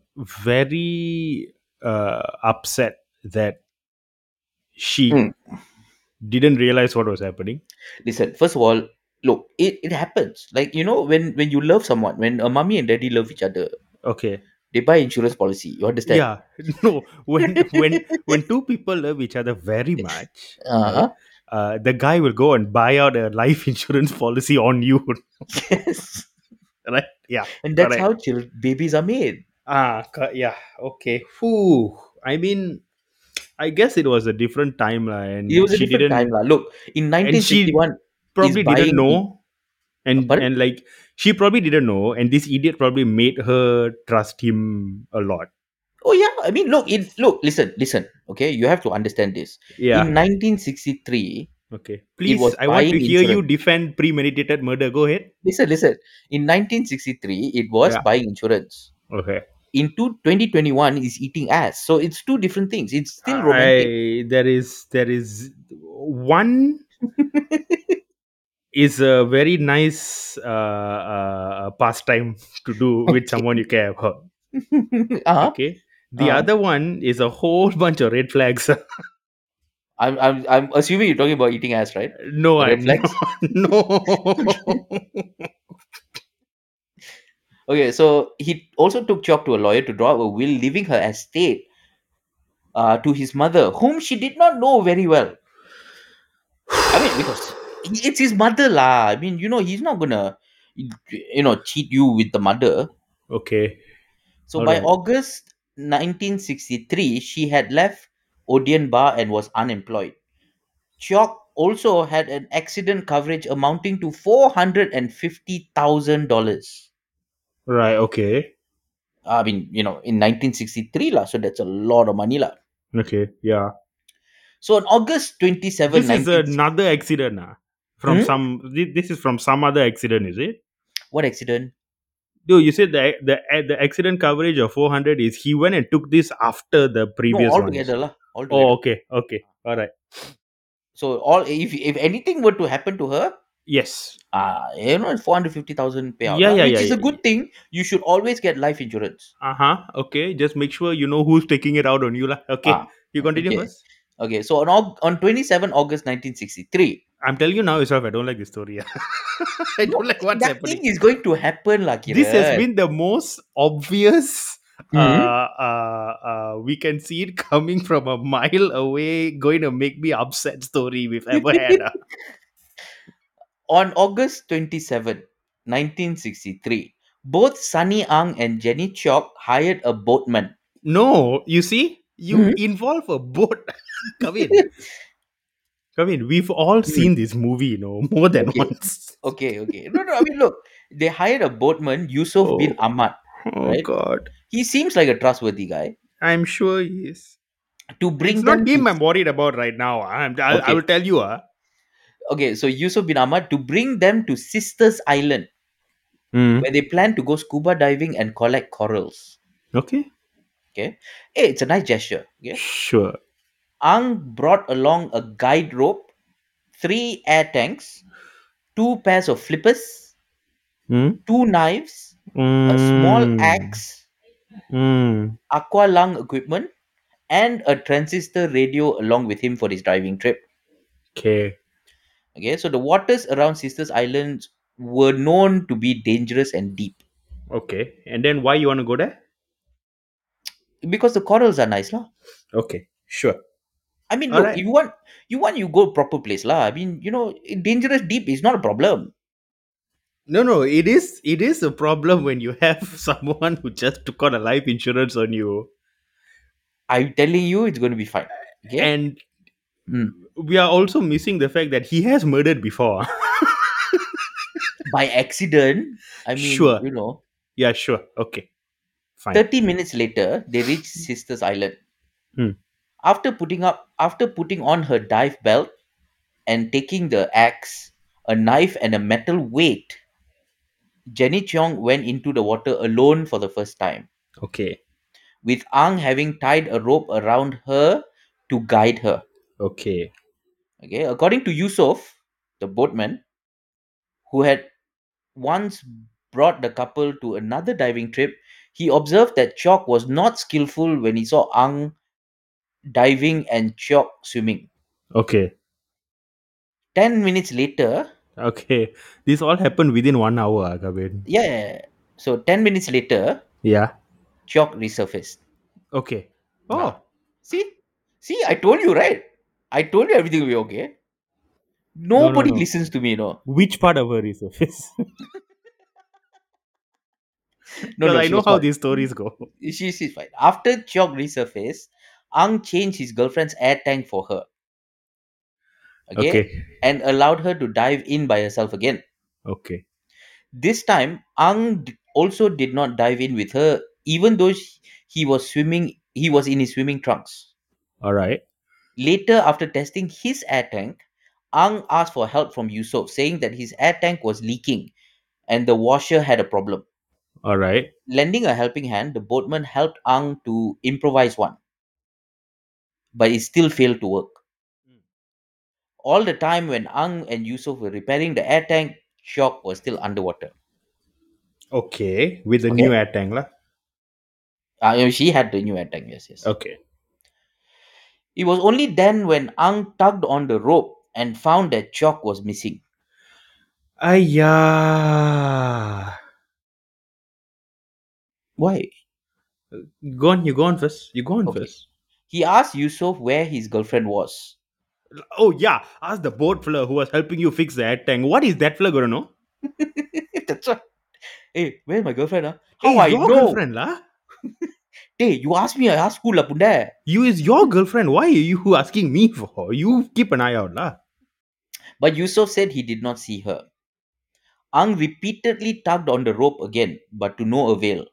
very uh, upset that she Mm. didn't realize what was happening. Listen, first of all, look, it, it happens. Like you know, when when you love someone, when a mommy and daddy love each other, Okay. they buy insurance policy. You understand? Yeah. No. When when when two people love each other very much, Uh-huh. uh, the guy will go and buy out a life insurance policy on you. Yes. Right? Yeah. And that's Correct. how children, babies are made. Ah, co- yeah. Okay. Whew. I mean, I guess it was a different time, lah, and It was a Mm, she different didn't time. lah. Look, in 1961, probably is didn't buying Uh, know, and Pardon? and like she probably didn't know, and this idiot probably made her trust him a lot. Oh yeah, I mean, look, in look, listen, listen. Okay, you have to understand this. Yeah. In 1963, okay. Please, Mm-hmm. was I want to buying hear you insurance. defend premeditated murder. Go ahead. listen, listen. In 1963, it was Yeah. buying insurance. Okay. In two- 2021, is eating ass. So it's two different things. It's still romantic. I, there is there is one is a very nice uh, uh, pastime to do with someone you care about. uh-huh. Okay. The Uh-huh. other one is a whole bunch of red flags. I'm, I'm, I'm assuming you're talking about eating ass, right? no, Red I'm flags? not- no. Okay, so he also took Chok to a lawyer to draw up a will, leaving her estate uh, to his mother, whom she did not know very well. I mean, because he- it's his mother, lah. I mean, you know, he's not gonna, you know, cheat you with the mother. okay. So All by right. August 1963, she had left Odeon Bar and was unemployed. Chok also had an accident coverage amounting to four hundred and fifty thousand dollars. Right. Okay. I mean, you know, in 1963, lah. So that's a lot of money, lah. Okay. Yeah. So on August 27, This is 1960 another accident. ah. From Hmm? some, thi- this is from some other accident, is it? what accident? Dude, you said the the the accident coverage of 400 is he went and took this after the No, previous one. altogether, lah. Altogether. Oh, okay, okay, all right. So all if if anything were to happen to her, Yes, Ah, you know, it's 450,000 payout. lah, Yeah, yeah, which yeah, is a yeah, good thing. You should always get life insurance. uh huh. Okay, just make sure you know who's taking it out on you, lah. Okay, Ah, you continue okay. first. Okay, so on, Aug- on 27 August 1963, I'm telling you now yourself, I don't like this story. ah. I don't like what's that thing happening. is going to happen, lah, Kiran. This has been the most obvious. Uh, Mhm. uh, uh, we can see it coming from a mile away, going to make me upset story we've ever had. ah. On August 27, 1963, both Sunny Ang and Jenny Chok hired a boatman. No, you see, you Mhm. involve a boat. Come in. Come in. We've all seen this movie, you know, more than Hmm. Okay. once. Okay, okay. No, no, I mean, look, they hired a boatman, Yusuf bin Oh. Ahmad. Oh Right? God, He seems like a trustworthy guy. I'm sure he is. To bring It's not them him to- I'm worried about right now. I'm, I'll, Okay. I will tell you. Uh, okay, so Yusuf bin Ahmad to bring them to Sisters Island, where they plan to go scuba diving and collect corals. Okay. Hey, it's a nice gesture. Okay? Sure. Ang brought along a guide rope, three air tanks, two pairs of flippers, Mm. two knives, a Hmm. small axe, Mm. aqua lung equipment, and a transistor radio along with him for his diving trip. Okay. Okay, so the waters around Sisters Island were known to be dangerous and deep Okay. And then why you want to go there? because the corals are nice, lah. Okay. Sure. I mean, All look, right. you want you want you go proper place, lah. I mean, you know, dangerous deep is not a problem. No, no. It is. It is a problem when you have someone who just took out a life insurance on you, I'm telling you, it's going to be fine. Okay, and Mm. we are also missing the fact that he has murdered before. by accident, I mean, Sure. you know, yeah. Sure. Okay. Fine. 30 minutes later, they reached Sisters Island. Hmm. After putting up after putting on her dive belt and taking the axe, a knife and a metal weight, Jenny Cheong went into the water alone for the first time, Okay. with Ang having tied a rope around her to guide her. Okay. Okay, according to Yusuf, the boatman, who had once brought the couple to another diving trip, he observed that Chok was not skillful when he saw Ang diving and Chok swimming. Okay. Ten minutes later, Okay. This all happened within one hour, Kabir. yeah, so ten minutes later, Yeah. Chok resurfaced. Okay. Ah. See, see, I told you right. I told you everything will be okay. Nobody no. listens to me, you know. Which part of her resurface? No, Because no, I she know was how not. these stories go. she, she's fine. After Chok resurfaced, Ang changed his girlfriend's air tank for her. Okay? And allowed her to dive in by herself again. Okay. This time, Ang d- also did not dive in with her, even though sh- he was swimming. He was in his swimming trunks. All right. Later, after testing his air tank, Ang asked for help from Yusuf, saying that his air tank was leaking and the washer had a problem. All right. Lending a helping hand, the boatman helped Ang to improvise one, but it still failed to work. Hmm. All the time when Ang and Yusuf were repairing the air tank, Shock was still underwater. Okay. With the Okay. new ad tank, lah. Uh, you know, she had the new air tank, yes, yes. Okay. It was only then when Ang tugged on the rope and found that Chok was missing. Aya. Why? Go on. You go on first. You go on Okay. first. He asked Yusuf where his girlfriend was. Oh yeah. Ask the boat fella who was helping you fix the ad tank. What is that fella gonna know? That's right. Hey, where's my girlfriend? Huh? How Hey, I your know? girlfriend, lah. Hey, you asked me, I asked school, lah, punda. You is your girlfriend. Why are you asking me for? You keep an eye out, lah. But Yusuf said he did not see her. Ang repeatedly tugged on the rope again, but to no avail.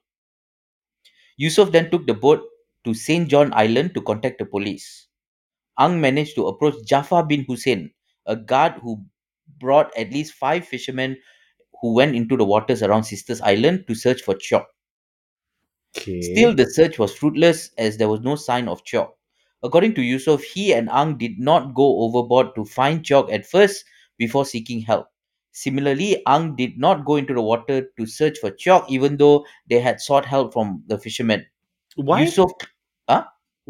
Yusuf then took the boat to St. John Island to contact the police. Ang managed to approach Jaffa bin Hussein, a guard who brought at least five fishermen who went into the waters around Sisters Island to search for Chok. Okay. Still, the search was fruitless as there was no sign of Chok. According to Yusuf, he and Ang did not go overboard to find Chok at first before seeking help. Similarly, Ang did not go into the water to search for Chok, even though they had sought help from the fishermen. Why? Yusuf,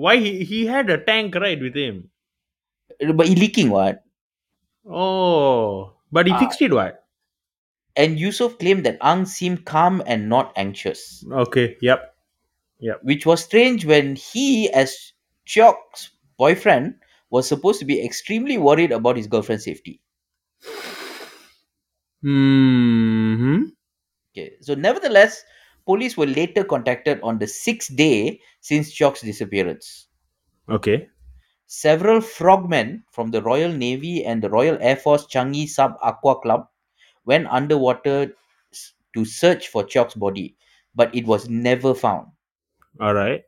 Why he, he had a tank right with him? but he leaking what? Oh, but he Ah. fixed it. What? And Yusuf claimed that Ang seemed calm and not anxious, Okay. Yep. which was strange when he, as Chok's boyfriend, was supposed to be extremely worried about his girlfriend's safety. hmm Okay. So, nevertheless, police were later contacted on the sixth day since Chalk's disappearance. Okay. Several frogmen from the Royal Navy and the Royal Air Force Changi Sub Aqua Club went underwater s- to search for Chalk's body, but it was never found. All right.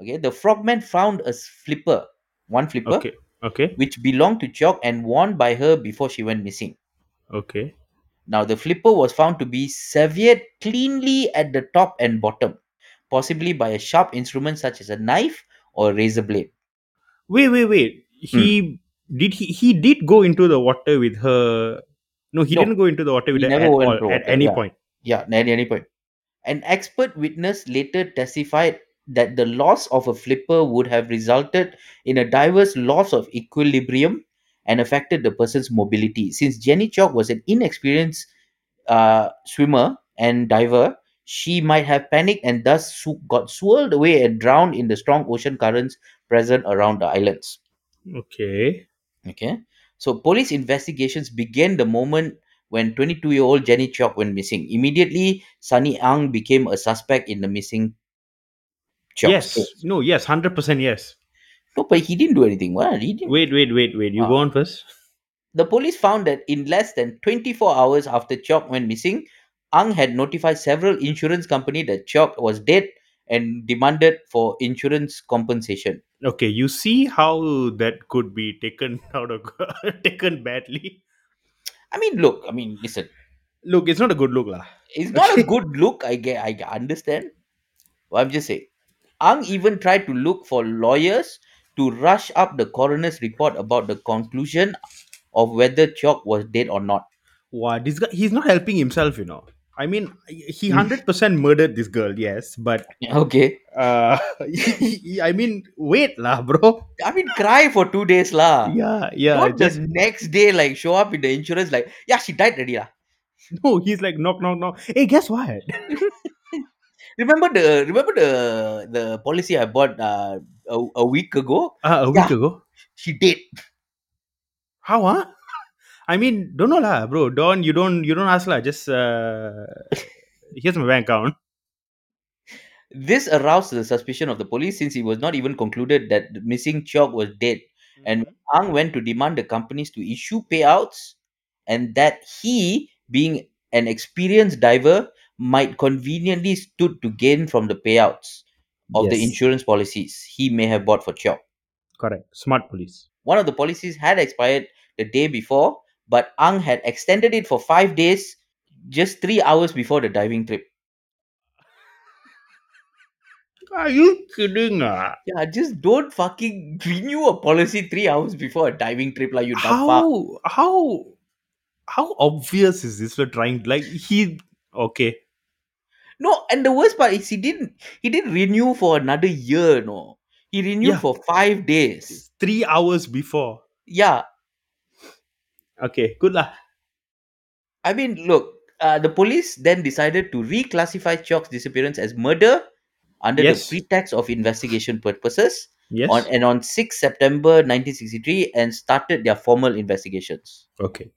Okay, the frogmen found a s- flipper, one flipper, Okay. Okay. which belonged to Chalk and worn by her before she went missing. Okay. Now, the flipper was found to be severed cleanly at the top and bottom, possibly by a sharp instrument such as a knife or a razor blade. Wait, wait, wait. Hmm. He did he he did go into the water with her. No, he No. didn't go into the water with He her never at went all, into the at water, any yeah. point. Yeah, at any point. An expert witness later testified that the loss of a flipper would have resulted in a diverse loss of equilibrium and affected the person's mobility. Since Jenny Chalk was an inexperienced uh, swimmer and diver, she might have panicked and thus sw- got swirled away and drowned in the strong ocean currents present around the islands. Okay. Okay, so police investigations began the moment when 22-year-old Jenny Chok went missing. Immediately, Sunny Ang became a suspect in the missing Chok yes. case. No, yes, 100% yes. No, but he didn't do anything. Well, he didn't. Wait, wait, wait, wait. You Ah. go on first. The police found that in less than 24 hours after Chok went missing, Ang had notified several insurance company that Chok was dead and demanded for insurance compensation. Okay, you see how that could be taken out of taken badly. I mean, look, I mean, listen, Look, it's not a good look, lah. it's not a Okay. good look. I get, I understand. Well, I'm just saying. Ang even tried to look for lawyers to rush up the coroner's report about the conclusion of whether Chok was dead or not. Wow, this guy he's not helping himself, you know. I mean, he 100% murdered this girl, yes, but Okay. uh I mean, wait, lah, bro. I mean, cry for two days, lah. Yeah, yeah. not just the next day, like, show up in the insurance, like, yeah, she died already, lah. no, he's like knock knock knock. Hey, guess what? Remember the remember the the policy I bought uh, a, a week ago? Uh, a week Yeah. ago. She dead. How huh? I mean, don't know lah, bro. Don, you don't you don't ask lah. Just uh here's my bank account. This aroused the suspicion of the police since it was not even concluded that the missing Chok was dead. And Ang went to demand the companies to issue payouts and that he, being an experienced diver, might conveniently stood to gain from the payouts of the Yes. insurance policies he may have bought for Chok. Correct. Smart police. One of the policies had expired the day before, but Ang had extended it for five days just three hours before the diving trip. Are you kidding? Ah? Yeah, just don't fucking renew a policy three hours before a diving trip, like you dumb fuck. How how how obvious is this for trying like he okay. No, and the worst part is he didn't he didn't renew for another year, no. He renewed Yeah. for five days. Three hours before. Yeah. Okay, good lah. I mean, look, uh, the police then decided to reclassify Chalk's disappearance as murder under Yes. the pretext of investigation purposes. Yes. On and on 6 September 1963 and started their formal investigations. okay.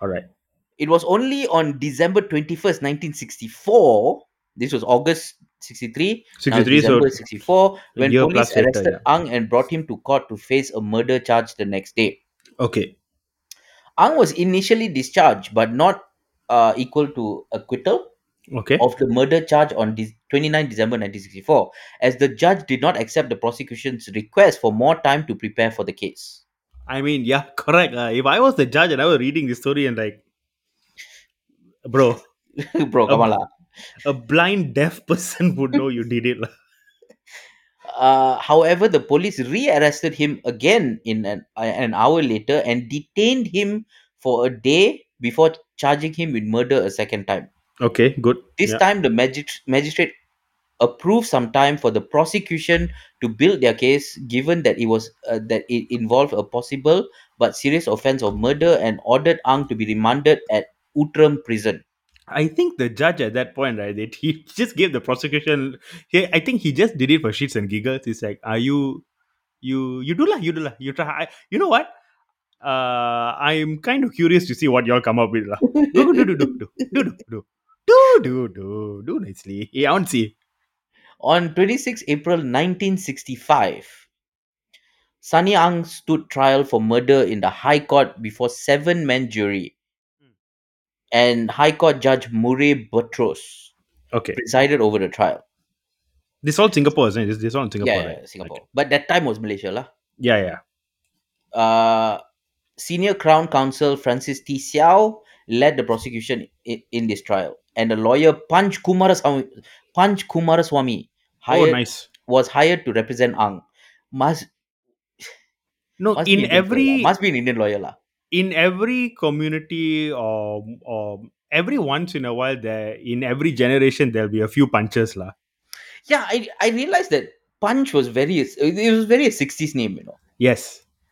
Alright. It was only on December 21st, 1964. This was August 63. Now Sixty it's three so December 64 a when year police plus later, arrested Ang and brought him to court to face a murder charge the next day. okay. Ang was initially discharged but not uh, equal to acquittal Okay. of the murder charge on de- 29 December 1964 as the judge did not accept the prosecution's request for more time to prepare for the case. I mean, yeah, correct. Uh, if I was the judge and I was reading this story and like, bro, Bro, come on lah. a blind deaf person would know you did it. lah. Uh, however, the police rearrested him again in an, uh, an hour later and detained him for a day before charging him with murder a second time. Okay, good. This Yeah. time, the magist- magistrate approved some time for the prosecution to build their case, given that it was uh, that it involved a possible but serious offense of murder, and ordered Ang to be remanded at Outram prison. I think the judge at that point, right, that he just gave the prosecution. He, I think he just did it for shits and giggles. He's like, "Are you, you, you do lah, you do lah, you try." I, you know what? uh, I'm kind of curious to see what y'all come up with. lah. Do do do do do do do do do do do do nicely. Yeah, I want to see. On 26 April 1965, Sunny Ang stood trial for murder in the High Court before seven men jury. Hmm. And High Court Judge Murray Buttrose Okay, presided over the trial. this all Singapore, isn't it? This, this all in Singapore, yeah, right? yeah, Singapore. But that time was Malaysia. Lah. Yeah, yeah. Uh, senior Crown Counsel Francis T. Xiao led the prosecution in, in this trial. And the lawyer Panch Kumaraswamy, Panch Kumaraswamy Oh, hired, nice. was hired to represent Ang. Must, No, must be Oh, in Indian lawyer every lah. must be an Indian lawyer. lah. in every community or or every once in a while there in every generation there'll be a few punches lah. Yeah, I I realized that Punch was very it was very a sixties name, you know. Yes.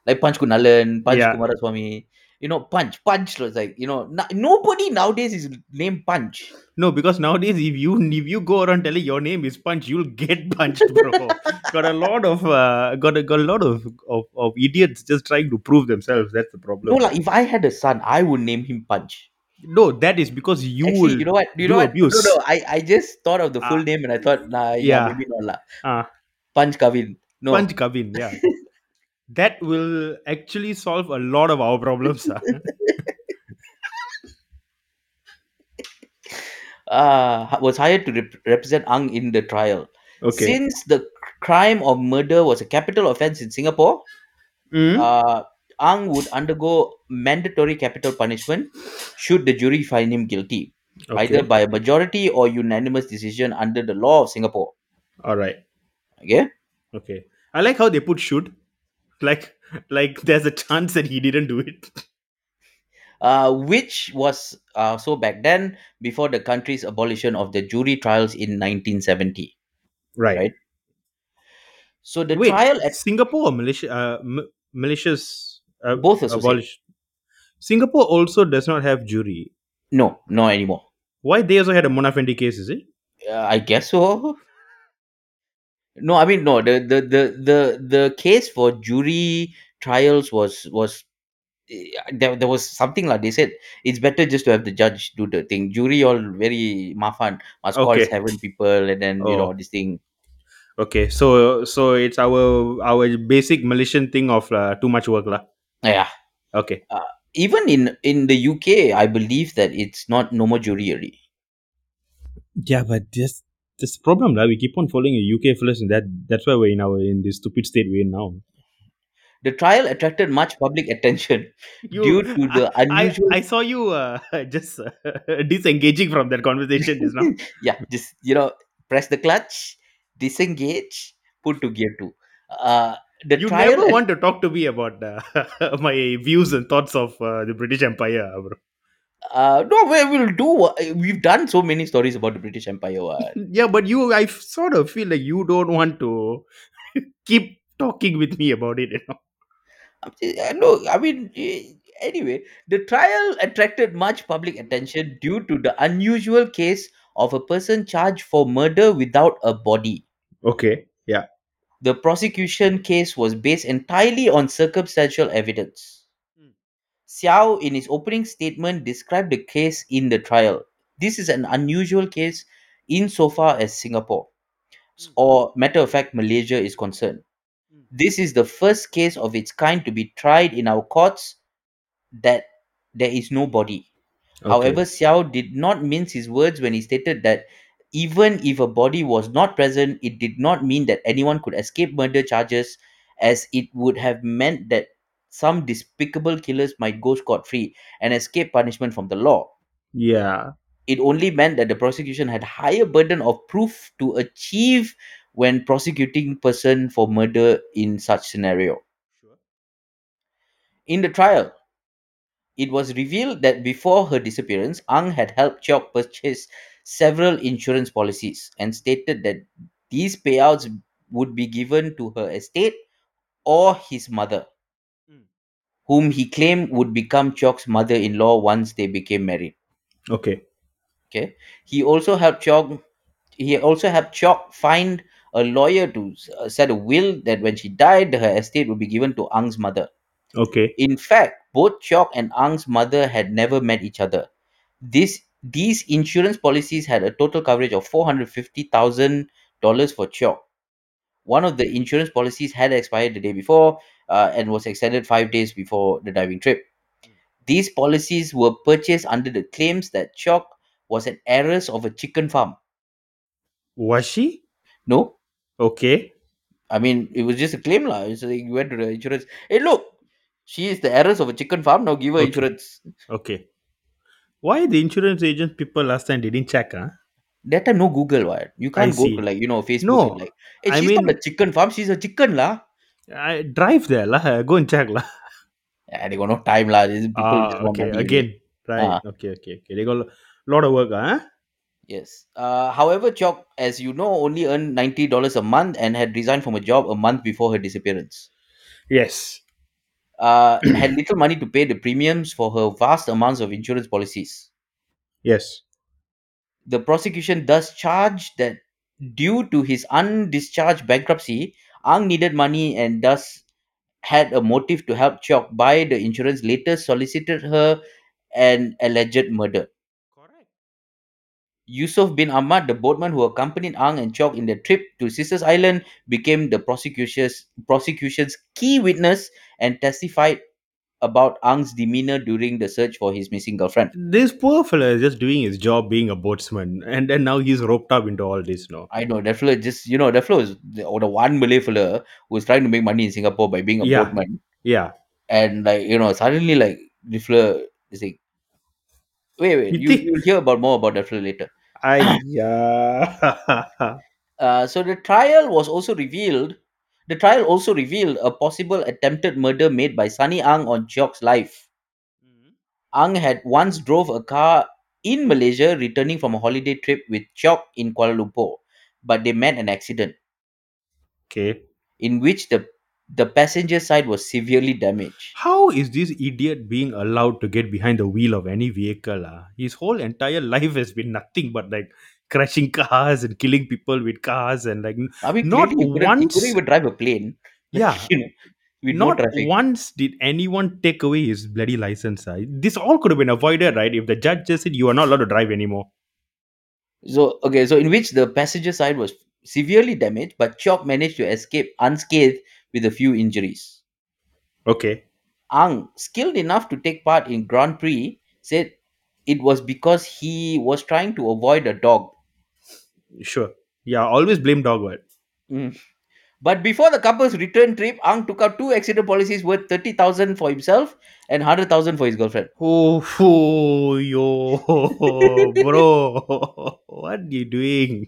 Like Punch Kunalan, Punch Yeah. Kumaraswamy. You know, Punch. Punch was like, you know, no- nobody nowadays is named Punch. No, because nowadays if you if you go around telling your name is punch, you'll get punched, bro. got a lot of uh, got a, got a lot of, of of idiots just trying to prove themselves. That's the problem. No, like if I had a son, I would name him Punch. No, that is because you Actually, will. you know what? You do know what? abuse. No, no. I, I just thought of the full Ah. name and I thought, nah, yeah, Yeah. maybe not lah. Ah. Punch Kavin. No. punch Kavin, yeah. that will actually solve a lot of our problems. sir. Uh, was hired to rep- represent Ang in the trial. okay. Since the c- crime of murder was a capital offense in Singapore, Hmm? uh, Ang would undergo mandatory capital punishment should the jury find him guilty, Okay. either by a majority or unanimous decision under the law of Singapore. All right. Okay? Okay. I like how they put should. Like like there's a chance that he didn't do it. Uh, which was uh, so back then, before the country's abolition of the jury trials in 1970. Right. Right. So the Wait, trial at Singapore or Malaysia uh, M- Malaysia's uh, both are abolished. Singapore also does not have jury. No, no anymore. Why they also had a Monafendi case, is it? Uh, I guess so. No, I mean no. The the the the the case for jury trials was was eh, there, there was something like they said it's better just to have the judge do the thing. Jury all very mafan must call Okay. seven people and then you Oh. know this thing. Okay, so so it's our our basic Malaysian thing of uh, too much work lah. Yeah, Okay. even in in the UK, I believe that it's not no more jury already. Yeah, but this this problem lah. We keep on following a UK first, and that that's why we're in our in this stupid state we're in now. The trial attracted much public attention due to the unusual. I, I saw you uh, just uh, disengaging from that conversation just now. yeah, just you know, press the clutch, disengage, put to gear two. Uh, the You trial at- never want to talk to me about uh, my views and thoughts of uh, the British Empire, bro. uh, no, we will do. uh, We've done so many stories about the British Empire. uh, Yeah, but you, I f- sort of feel like you don't want to keep talking with me about it. You know? Uh, no, I mean, eh, anyway, the trial attracted much public attention due to the unusual case of a person charged for murder without a body. Okay. Yeah. The prosecution case was based entirely on circumstantial evidence. Hmm. Xiao, in his opening statement, described the case in the trial. This is an unusual case insofar as Singapore, s- or matter of fact, Malaysia is concerned. Hmm. This is the first case of its kind to be tried in our courts that there is no body. However, Xiao did not mince his words when he stated that even if a body was not present, it did not mean that anyone could escape murder charges, as it would have meant that some despicable killers might go scot free and escape punishment from the law. Yeah. It only meant that the prosecution had higher burden of proof to achieve when prosecuting person for murder in such scenario. Sure. In the trial, it was revealed that before her disappearance, Ang had helped Cheok purchase several insurance policies and stated that these payouts would be given to her estate or his mother, Mm. whom he claimed would become Cheok's mother in law once they became married. Okay. He also helped Cheok. He also helped Cheok find a lawyer to uh, set a will that when she died, her estate would be given to Ang's mother. Okay. In fact, both Chok and Ang's mother had never met each other. This these insurance policies had a total coverage of four hundred fifty thousand dollars for Chok. One of the insurance policies had expired the day before uh, and was extended five days before the diving trip. These policies were purchased under the claims that Chok was an heiress of a chicken farm. Was she? No, Okay. I mean, it was just a claim, lah. It's like you went to the insurance. Hey, look, she is the heiress of a chicken farm. Now give her Okay. insurance. Okay. Why the insurance agent people last time didn't check, huh? That time no Google, what? You can't go see. to like you know Facebook. No, and like, hey, I she's mean- not a chicken farm. She's a chicken, lah. I drive there, lah. Go and check, lah. Yeah, they got no time, lah. These people just Ah, want Ah. okay. money. Again, right? Okay, okay, okay. They got a lot of work, ah, huh? Yes. Uh, however, Chok, as you know, only earned ninety dollars a month and had resigned from a job a month before her disappearance. Yes. Uh, had little money to pay the premiums for her vast amounts of insurance policies. Yes. the prosecution thus charged that due to his undischarged bankruptcy, Ang needed money and thus had a motive to help Chok buy the insurance, later solicited her an alleged murder. Correct. Yusuf bin Ahmad, the boatman who accompanied Ang and Chok in their trip to Sisters Island, became the prosecution's, prosecution's key witness and testified about Ang's demeanor during the search for his missing girlfriend. This poor fella is just doing his job, being a boatsman, and then now he's roped up into all this. No. I know that fellow just you know that fellow is the, or the one Malay fellow who's trying to make money in Singapore by being a Yeah. boatman Yeah. and like you know suddenly like the fellow is like wait wait You you, think- you'll hear about more about that fellow later. Ah. I yeah. Uh, so the trial was also revealed. The trial also revealed a possible attempted murder made by Sunny Ang on Chok's life. Ang had once drove a car in Malaysia returning from a holiday trip with Chok in Kuala Lumpur, but they met an accident. okay. in which the the passenger side was severely damaged. How is this idiot being allowed to get behind the wheel of any vehicle? ah? His whole entire life has been nothing but like crashing cars and killing people with cars and like I mean, Not clearly he couldn't, he couldn't once- even drive a plane. yeah. you know, with Not no traffic. once did anyone take away his bloody license. ah. This all could have been avoided, right? If the judge just said you are not allowed to drive anymore. So okay, so in which the passenger side was severely damaged, but Chok managed to escape unscathed with a few injuries. Okay. Ang, skilled enough to take part in Grand Prix, said it was because he was trying to avoid a dog. Sure. Yeah. Always blame Dogwood. But before the couple's return trip, Ang took out two accident policies worth thirty thousand for himself and hundred thousand for his girlfriend. Oh, oh, yo, bro. what are you doing?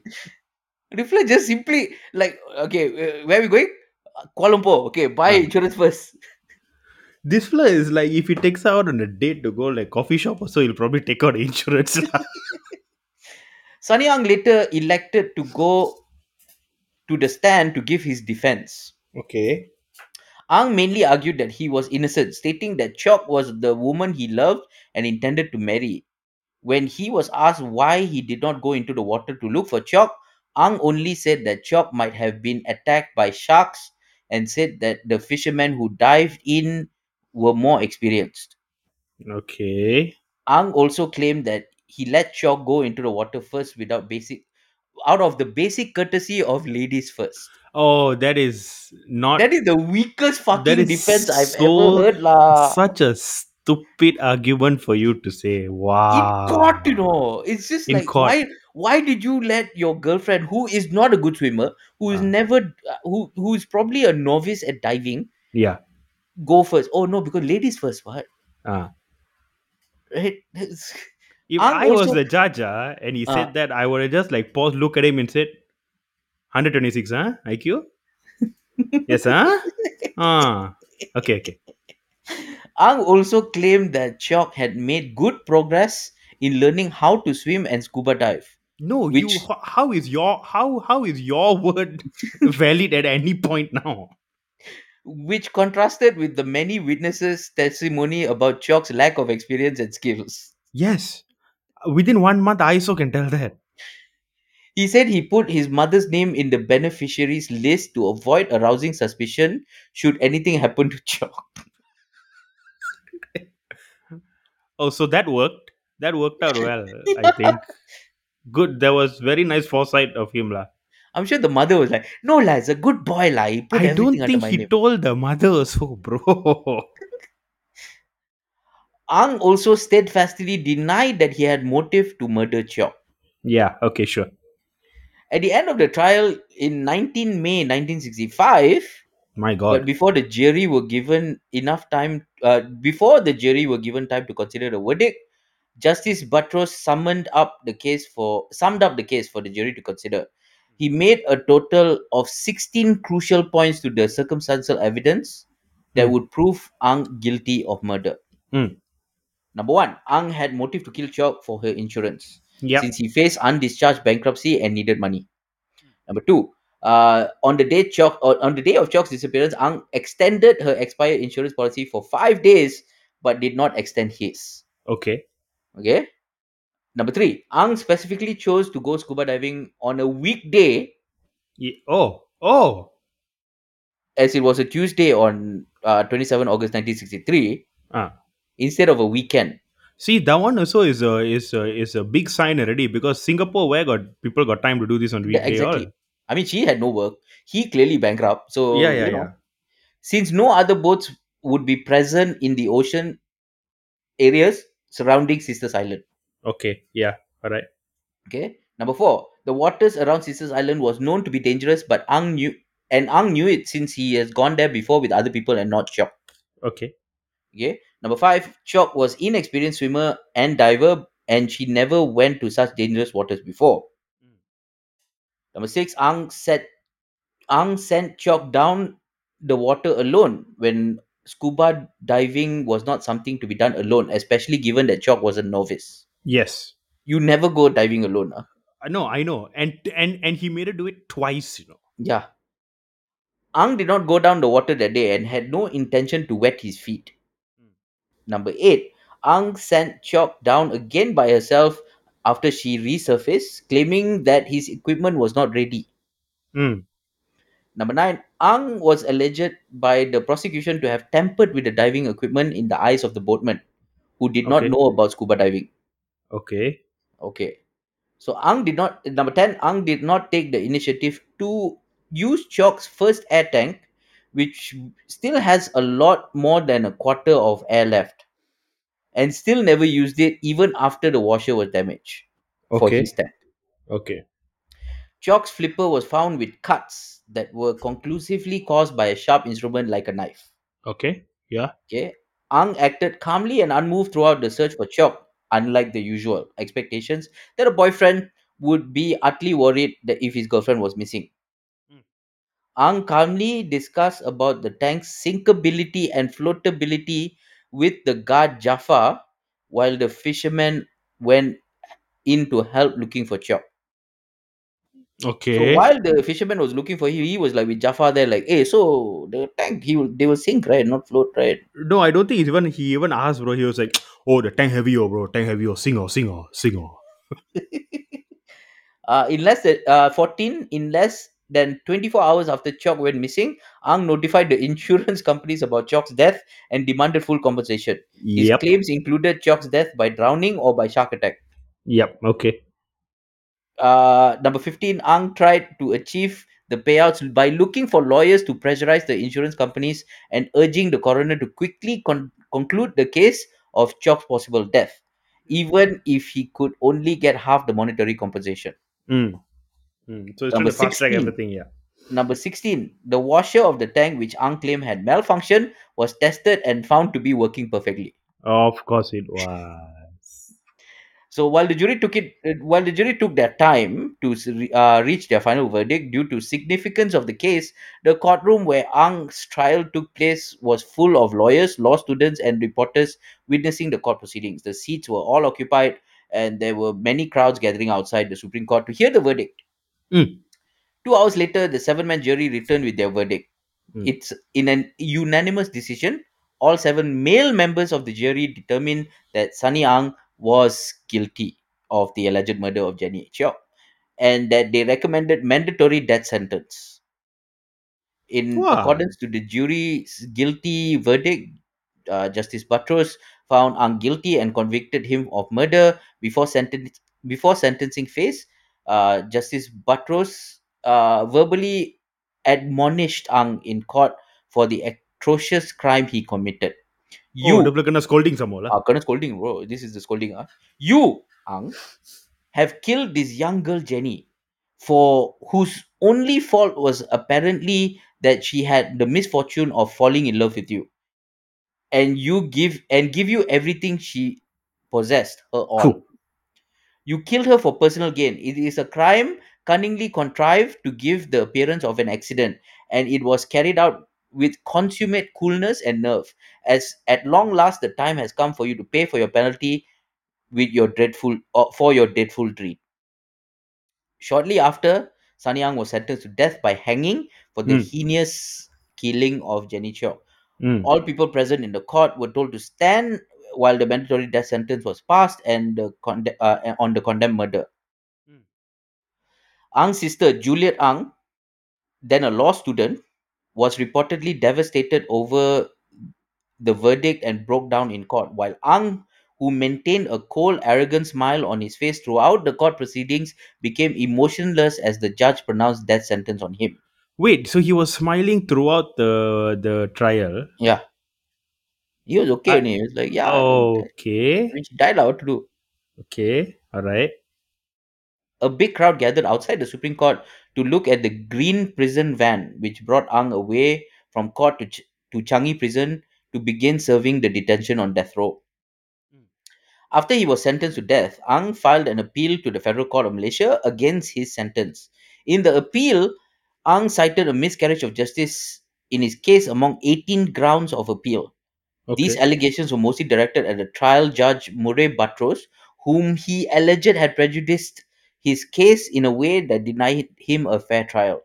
Rifle just simply like okay, uh, where are we going? Uh, Kuala Lumpur. Okay, buy Ah. insurance first. This fella is like if he takes her out on a date to go like coffee shop or so, he'll probably take out insurance. Sunny Ang later elected to go to the stand to give his defense. okay. Ang mainly argued that he was innocent, stating that Chok was the woman he loved and intended to marry. When he was asked why he did not go into the water to look for Chok, Ang only said that Chok might have been attacked by sharks and said that the fishermen who dived in were more experienced. Okay. Ang also claimed that he let Chok go into the water first without basic out of the basic courtesy of ladies first. Oh, that is not That is the weakest fucking is defense I've so- ever heard, lah. such a stupid argument for you to say. Wow. In court, you know, it's just In like court. why why did you let your girlfriend, who is not a good swimmer, who is Ah. never, who who is probably a novice at diving, Yeah. go first? Oh no, because ladies first, what? Uh. Right? It's- If I'm I was also- the judge ah, and he Ah. said that, I would have just like paused, look at him, and said, 126, huh? IQ? yes, huh? Ah. Okay, okay. Ang also claimed that Chok had made good progress in learning how to swim and scuba dive. No, Which- you. ho- How is your how how is your word valid at any point now? which contrasted with the many witnesses' testimony about Chok's lack of experience and skills. Yes, within one month, I also can tell that. He said he put his mother's name in the beneficiaries list to avoid arousing suspicion should anything happen to Chok. Oh, so that worked. That worked out well, I think. Good. There was very nice foresight of him, lah. I'm sure the mother was like, "No, la, it's a good boy, la." He put I don't everything think under my he name. told the mother also, bro. Ang also steadfastly denied that he had motive to murder Cheong. yeah. Okay. Sure. At the end of the trial in 19 May 1965, My but God. before the jury were given enough time, uh, before the jury were given time to consider the verdict, Justice Buttrose summoned up the case for summed up the case for the jury to consider. He made a total of 16 crucial points to the circumstantial evidence that Mm. would prove Ang guilty of murder. Mm. Number one, Ang had motive to kill Chok for her insurance Yeah. since he faced undischarged bankruptcy and needed money. Number two, uh, on the day Chok, or on the day of Chok's disappearance, Ang extended her expired insurance policy for five days, but did not extend his. Okay. Okay. Number three, Ang specifically chose to go scuba diving on a weekday, Ye- Oh. Oh. as it was a Tuesday on uh, 27 August 1963, Ah. instead of a weekend. See, that one also is a is a, is a big sign already because Singapore, where got people got time to do this on Yeah, weekday? exactly. I mean, she had no work. He clearly bankrupt. So All. Yeah. Yeah. you know, Yeah. since no other boats would be present in the ocean areas surrounding Sisters Island. Okay. Yeah. All right. Okay. Number four, the waters around Sisters Island was known to be dangerous, but Ang knew and Ang knew it since he has gone there before with other people and not Chok. Okay. Okay. Number five, Chok was inexperienced swimmer and diver, and she never went to such dangerous waters before. Number six, Ang set Ang sent Chok down the water alone when scuba diving was not something to be done alone, especially given that Chok was a novice. Yes. You never go diving alone. Huh? I know. I know. And and and he made her do it twice. You know. Yeah. Ang did not go down the water that day and had no intention to wet his feet. Number eight, Ang sent Chok down again by herself after she resurfaced, claiming that his equipment was not ready. Mm. Number nine, Ang was alleged by the prosecution to have tampered with the diving equipment in the eyes of the boatman, who did not Okay. know about scuba diving. Okay. Okay. So Ang did not number ten, Ang did not take the initiative to use Chok's first air tank, which still has a lot more than a quarter of air left. And still never used it even after the washer was damaged for Okay. his tank. Okay. Chok's flipper was found with cuts that were conclusively caused by a sharp instrument like a knife. Okay. Okay. Ang acted calmly and unmoved throughout the search for Chok, unlike the usual expectations that a boyfriend would be utterly worried that if his girlfriend was missing. Hmm. Ang calmly discussed about the tank's sinkability and floatability with the guard Jaffa while the fishermen went in to help looking for Chok. So Okay. while the fisherman was looking for him, he was like with Jaffa there, like, hey, so the tank he will they will sink, right? Not float, right? No, I don't think even he even asked, bro. He was like, "Oh, the tank heavy, oh, bro. Tank heavy, oh, sing, oh, sing, oh, sing, oh." Uh, in less than uh, 14, in less than 24 hours after Chok went missing, Ang notified the insurance companies about Chok's death and demanded full compensation. His Yep. claims included Chok's death by drowning or by shark attack. Yep. Okay. Uh, number 15, Ang tried to achieve the payouts by looking for lawyers to pressurize the insurance companies and urging the coroner to quickly con- conclude the case of Chok's possible death, even if he could only get half the monetary compensation. Mm. Mm. So it's Number trying to fast track 16. everything. Yeah. Number 16, the washer of the tank, which Ang claimed had malfunctioned, was tested and found to be working perfectly. Of course it was. So while the jury took it, uh, while the jury took their time to s- re- uh, reach their final verdict due to significance of the case, the courtroom where Ang's trial took place was full of lawyers, law students, and reporters witnessing the court proceedings. The seats were all occupied, and there were many crowds gathering outside the Supreme Court to hear the verdict. Mm. Two hours later, the seven-man jury returned with their verdict. Mm. it's in an unanimous decision. All seven male members of the jury determined that Sunny Ang was guilty of the alleged murder of Jenny Cheok and that they recommended mandatory death sentence. In Wow. accordance to the jury's guilty verdict, uh, Justice Buttrose found Ang guilty and convicted him of murder before senten- before sentencing phase. Uh, Justice Buttrose uh, verbally admonished Ang in court for the atrocious crime he committed. You You oh, double kena scolding some more lah. Ah, kena scolding, bro. This is the scolding. Ah, you, Ang, have killed this young girl Jenny, for whose only fault was apparently that she had the misfortune of falling in love with you, and you give and give you everything she possessed, her all. Phew. You killed her for personal gain. It is a crime cunningly contrived to give the appearance of an accident, and it was carried out with consummate coolness and nerve. As at long last, the time has come for you to pay for your penalty with your dreadful or for your dreadful deed. Shortly after, Sun Yang was sentenced to death by hanging for the Mm. heinous killing of Jenny Cheo. Mm. All people present in the court were told to stand while the mandatory death sentence was passed and the conde- uh, on the condemned murder. Mm. Ang's sister Juliet Ang, then a law student, was reportedly devastated over the verdict and broke down in court. While Ang, who maintained a cold, arrogant smile on his face throughout the court proceedings, became emotionless as the judge pronounced death sentence on him. Wait, so he was smiling throughout the the trial. He was okay, I- Oh. only. he was like, "Yeah, Okay. when she died, lah, what to do?" Okay. All right. a big crowd gathered outside the Supreme Court to look at the green prison van, which brought Ang away from court to, Ch- to Changi prison to begin serving the detention on death row. Mm. After he was sentenced to death, Ang filed an appeal to the Federal Court of Malaysia against his sentence. In the appeal, Ang cited a miscarriage of justice in his case among 18 grounds of appeal. Okay. These allegations were mostly directed at the trial judge Murray Buttrose, whom he alleged had prejudiced his case in a way that denied him a fair trial.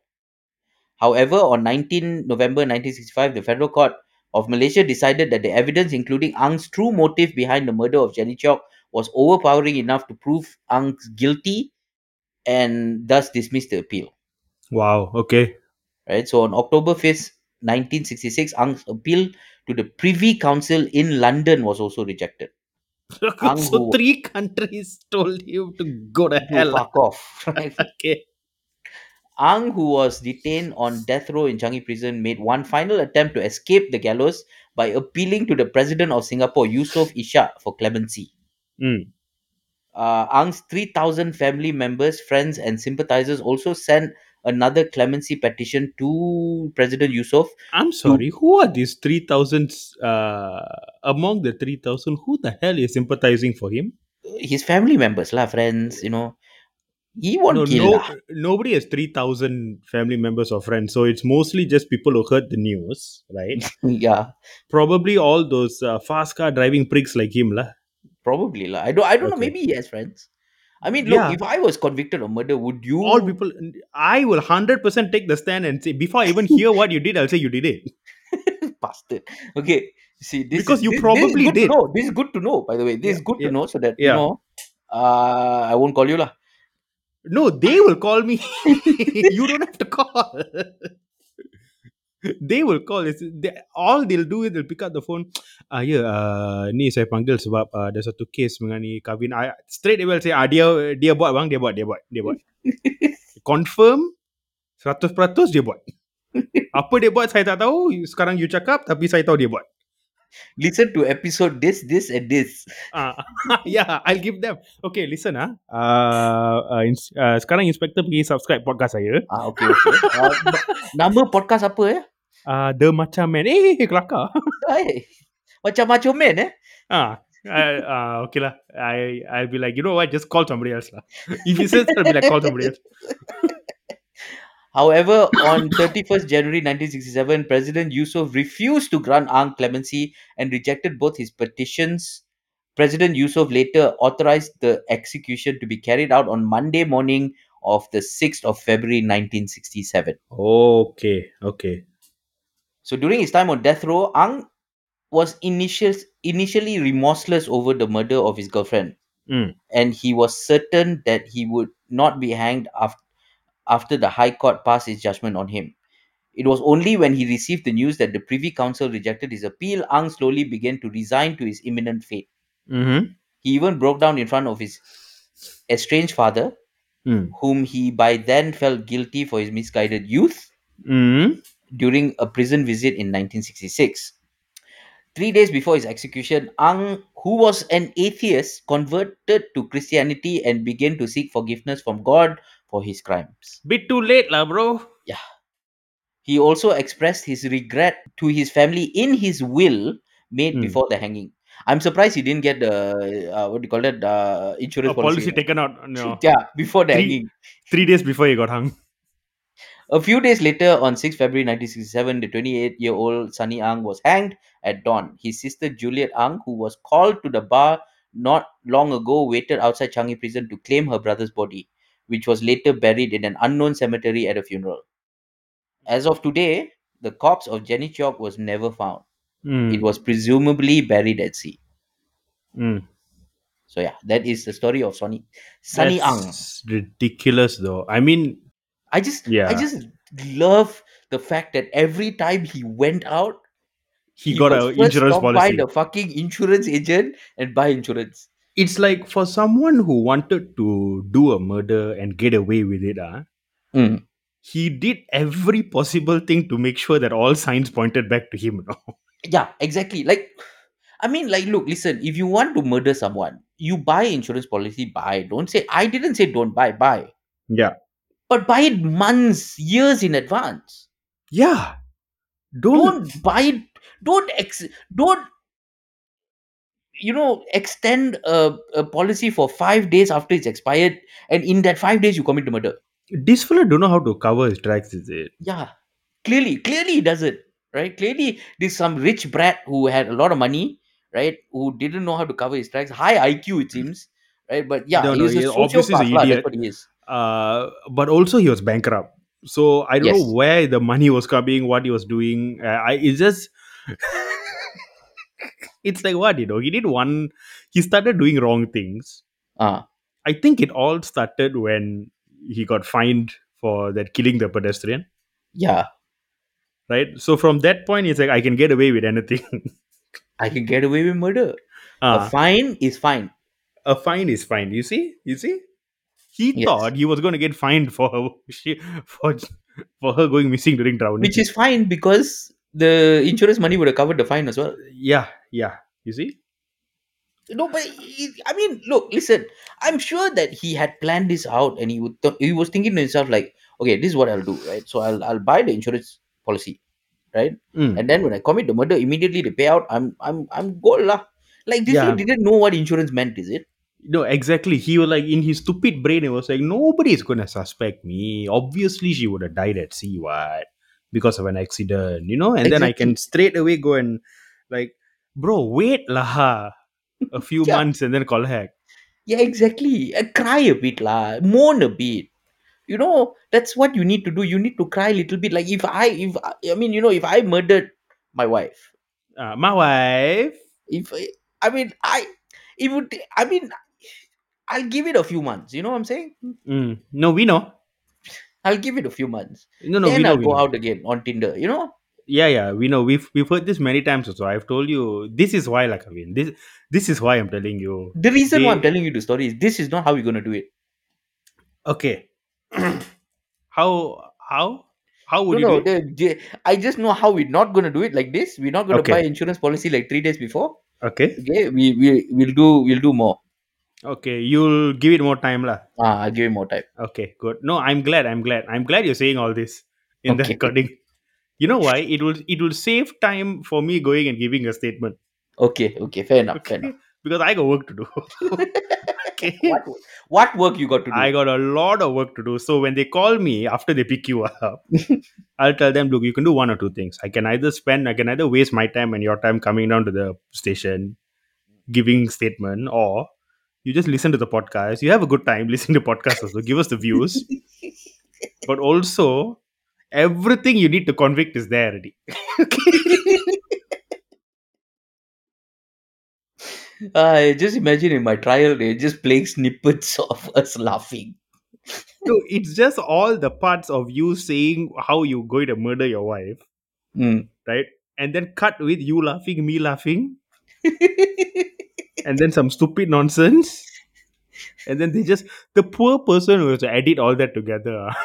However, on 19 November 1965, the Federal Court of Malaysia decided that the evidence, including Ang's true motive behind the murder of Jenny Chok, was overpowering enough to prove Ang's guilty and thus dismissed the appeal. wow. Okay. Right. So on October 5th, 1966, Ang's appeal to the Privy Council in London was also rejected. Ang so who- three countries told him to go to To hell. fuck off. Right? Okay. Ang, who was detained on death row in Changi prison, made one final attempt to escape the gallows by appealing to the president of Singapore, Yusof Ishak, for clemency. Mm. Uh, Ang's 3,000 family members, friends, and sympathizers also sent another clemency petition to President Yusof. I'm sorry. Who are these three thousand? Uh, among the three thousand, who the hell is sympathizing for him? His family members, lah, friends, you know. He won't No, kill. no, lah. nobody has three thousand family members or friends. So it's mostly just people who heard the news, right? yeah, Probably all those uh, fast car driving pricks like him, lah. probably. lah. I don't, I don't know. Okay. Maybe he has friends. I mean, look, Yeah. if I was convicted of murder, would you? all people i will 100% take the stand and say before i even hear what you did i'll say you did it bastard. Okay, see this Because is, you this, this probably is good did. To know. This is good to know, by the way. This is Yeah, good yeah, to know so that you yeah. know. Uh, I won't call you lah. no they will call me you don't have to call they will call it's, they, all they'll do is they'll pick up the phone ah ya uh, ni saya panggil sebab uh, ada satu case mengenai kahwin I, straight they will say ah dia dia buat bang dia buat dia buat dia buat confirm 100% dia buat apa dia buat saya tak tahu sekarang you cakap tapi saya tahu dia buat Listen to episode this, this, and this. Ah, yeah, I'll give them. Okay, listen ah. Uh, uh, ins- uh, sekarang inspector pergi subscribe podcast saya. Ah, okay. okay. Uh, n- nama podcast apa eh? Uh, the Macam Man. Eh, kelakar. Hai. Macam macho man eh? Ah, uh, uh, okay lah. I I'll be like, you know what? Just call somebody else lah. If he says, I'll be like, call somebody else. However, on 31st January 1967, President Yusof refused to grant Ang clemency and rejected both his petitions. President Yusof later authorized the execution to be carried out on Monday morning of the 6th of February 1967. Okay, okay. So during his time on death row, Ang was initial, initially remorseless over the murder of his girlfriend, Mm. and he was certain that he would not be hanged after, after the High Court passed its judgment on him. It was only when he received the news that the Privy Council rejected his appeal, Ang slowly began to resign to his imminent fate. Mm-hmm. He even broke down in front of his estranged father, Mm. whom he by then felt guilty for his misguided youth Mm-hmm. during a prison visit in 1966. Three days before his execution, Ang, who was an atheist, converted to Christianity and began to seek forgiveness from God for his crimes. Bit too late, lah, bro. He also expressed his regret to his family in his will made Hmm. before the hanging. I'm surprised he didn't get the uh, what do you call that uh, insurance A policy policy. taken out. No. Yeah, before the Three- hanging. Three days before he got hung. A few days later, on 6 February 1967, the 28 year old Sunny Ang was hanged at dawn. His sister Juliet Ang, who was called to the bar not long ago, waited outside Changi prison to claim her brother's body, which was later buried in an unknown cemetery at a funeral. As of today, the corpse of Jenny Chok was never found. Mm. It was presumably buried at sea. Mm. So, yeah, that is the story of Sonny, Sunny Ang. That's ridiculous, though. I mean, I just, I Yeah. just love the fact that every time he went out, he, got was a first insurance stopped by policy. the fucking insurance agent and buy insurance. it's like for someone who wanted to do a murder and get away with it, ah, Mm. he did every possible thing to make sure that all signs pointed back to him. you know. Yeah, exactly. Like, I mean, like, look, listen. If you want to murder someone, you buy insurance policy. Buy. Don't say I didn't say don't buy. Buy. Yeah. But buy it months, years in advance. Yeah. Don't. Don't buy it. Don't ex. Don't. You know, extend a, a policy for five days after it's expired, and in that five days you commit murder. This fella don't know how to cover his tracks, is it? Yeah, clearly, clearly he doesn't, right? Clearly, there's some rich brat who had a lot of money, right? Who didn't know how to cover his tracks. High IQ, it seems, right? But yeah, Hmm. No, he no, was a he obviously is sociopath. an lah, That's idiot. what he is. Uh, but also he was bankrupt. So I don't Yes. know where the money was coming, what he was doing. Uh, I it's just it's like what you know. He did one. He started doing wrong things. Uh, I think it all started when he got fined for that killing the pedestrian, yeah, right? So from that point, it's like I can get away with anything. I can get away with murder. Ah, A fine is fine. a fine is fine. You see, you see. He Yes. thought he was going to get fined for her she, for for her going missing during drowning. Which is fine because the insurance money would have covered the fine as well. yeah, yeah. You see, No, but he- I mean, look, listen. I'm sure that he had planned this out, and he would th- he was thinking to himself like, okay, this is what I'll do, right? So I'll I'll buy the insurance policy, right? Mm. And then when I commit the murder, immediately they pay out. I'm I'm I'm gold lah. Like this, Yeah. you didn't know what insurance meant, is it? no, exactly. He was like in his stupid brain. It was like nobody is going to suspect me. Obviously, she would have died at sea, what because of an accident, you know. And then I can straight away go and like, bro, wait lah, a few Yeah. months and then call back. Yeah, exactly. Uh, cry a bit lah, moan a bit. You know, that's what you need to do. You need to cry a little bit. Like if I if I, I mean, you know, if I murdered my wife, Uh, my wife. if I I mean I it would I mean I'll give it a few months. You know what I'm saying? Mm. No, we know. I'll give it a few months. No, no, then we know. I'll We go know. out again on Tinder. You know? Yeah, yeah, we know. We've we've heard this many times also. I've told you this is why, like I mean, this this is why I'm telling you. The reason why I'm They- telling you the story is this is not how we're gonna do it. Okay, how how how would no, you? no. do it? the- the- I just know how we're not gonna do it like this. We're not gonna Okay. buy insurance policy like three days before. Okay. Okay, we we we'll do we'll do more. Okay, you'll give it more time, lah. Ah, I'll give you more time. Okay, good. No, I'm glad. I'm glad. I'm glad you're saying all this in the Okay. recording. You know why? It will it will save time for me going and giving a statement Okay, okay, fair enough, fair Okay. enough. because I got work to do. okay, What wo- what work you got to do? I got a lot of work to do. So when they call me after they pick you up, I'll tell them, look, you can do one or two things. I can either spend, I can either waste my time and your time coming down to the station, giving statement, or you just listen to the podcast. You have a good time listening to podcasts also. Give us the views. but also everything you need to convict is there already. Ah, I just imagine in my trial they just playing snippets of us laughing. no, it's just all the parts of you saying how you going to murder your wife, Mm. right? And then cut with you laughing, me laughing, Ah, and then some stupid nonsense. And then they just the poor person who has to edit all that together. ah.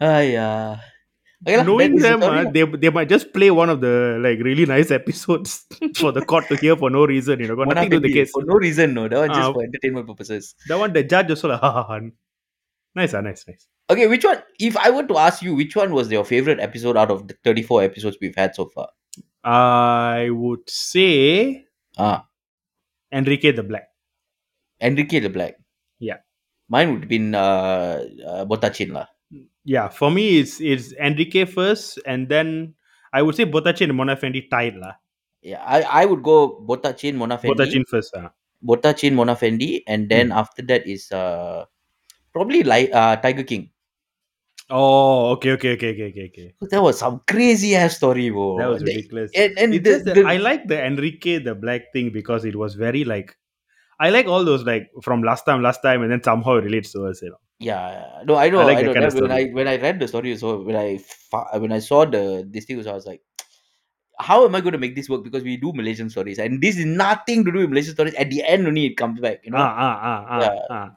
Aiyah. Okay lah, Knowing that is the them, story ah, lah. they they might just play one of the like really nice episodes for the court to hear for no reason. You know, got One nothing to do with the after the- case. For no reason, no. That one just Ah. for entertainment purposes. That one, the judge also like, ha ha ha. Nice, ah, nice, nice. Okay, which one? If I were to ask you, which one was your favorite episode out of the 34 episodes we've had so far? I would say Ah, Enrique the Black. Enrique the Black. Yeah. Mine would have been uh, uh, Botachin lah. Yeah, for me, it's it's Enrique first, and then I would say Botachin and Monafendi tied lah. Yeah, I, I would go Botachin, Monafendi. Botachin first, ah. Botachin, Monafendi. And then Hmm. after that is uh, probably like uh, Tiger King. Oh, okay, okay, okay, okay, okay, okay. That was some crazy ass story, bro. that was The- ridiculous. and and It's the- just that the- I like the Enrique the Black thing because it was very like I like all those like from last time, last time, and then somehow it relates to us. You know, Yeah, no, I know, I, like that know. kind of that- when I story. when I read the story, so when I fa- when I saw the this thing, also, I was like, how am I going to make this work? Because we do Malaysian stories, and this is nothing to do with Malaysian stories. At the end, only it comes back, you know. ah ah ah ah. Yeah. ah.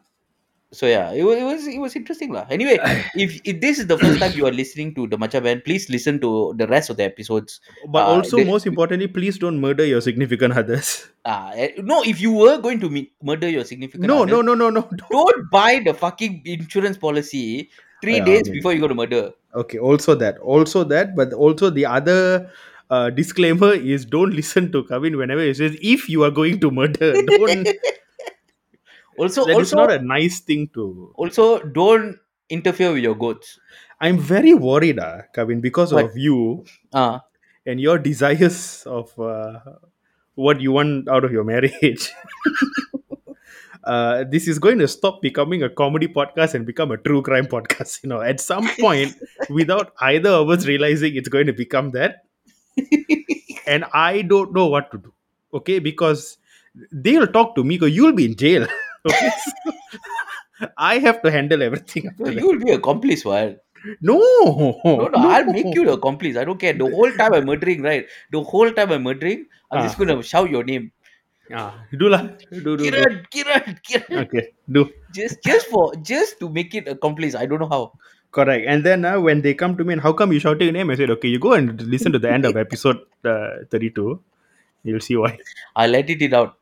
So yeah, it was it was, it was interesting, lah. Anyway, if if this is the first time you are listening to the Macha Band, please listen to the rest of the episodes. But Uh, also, they- most importantly, please don't murder your significant others. Uh, no, if you were going to meet, murder your significant No, other, no, no, no, no. don't buy the fucking insurance policy three Yeah, days I mean- before you go to murder. Okay, also that, also that, but also the other uh, disclaimer is don't listen to Kavin whenever he says if you are going to murder. Don't. Also, that is also not a nice thing to. also don't interfere with your goats I'm very worried, ah, Kavin, because What? of you uh and your desires of uh, what you want out of your marriage. Uh, this is going to stop becoming a comedy podcast and become a true crime podcast. You know, at some point, without either of us realizing it's going to become that, and I don't know what to do. Okay, because they'll talk to me. Because you'll be in jail. Okay, so I have to handle everything. after that. you will be accomplice what No, no, no i'll make you the accomplice i don't care the whole time i'm murdering right the whole time i'm murdering i'm just Ah. gonna shout your name Ah, do lah. Do do. do. kiran kiran kiran Okay, do. just just for just to make it accomplice i don't know how Correct. And then uh, when they come to me and how come you shouting your name? I said, okay, you go and listen to the end of episode uh, 32. You'll see why. i'll edit it out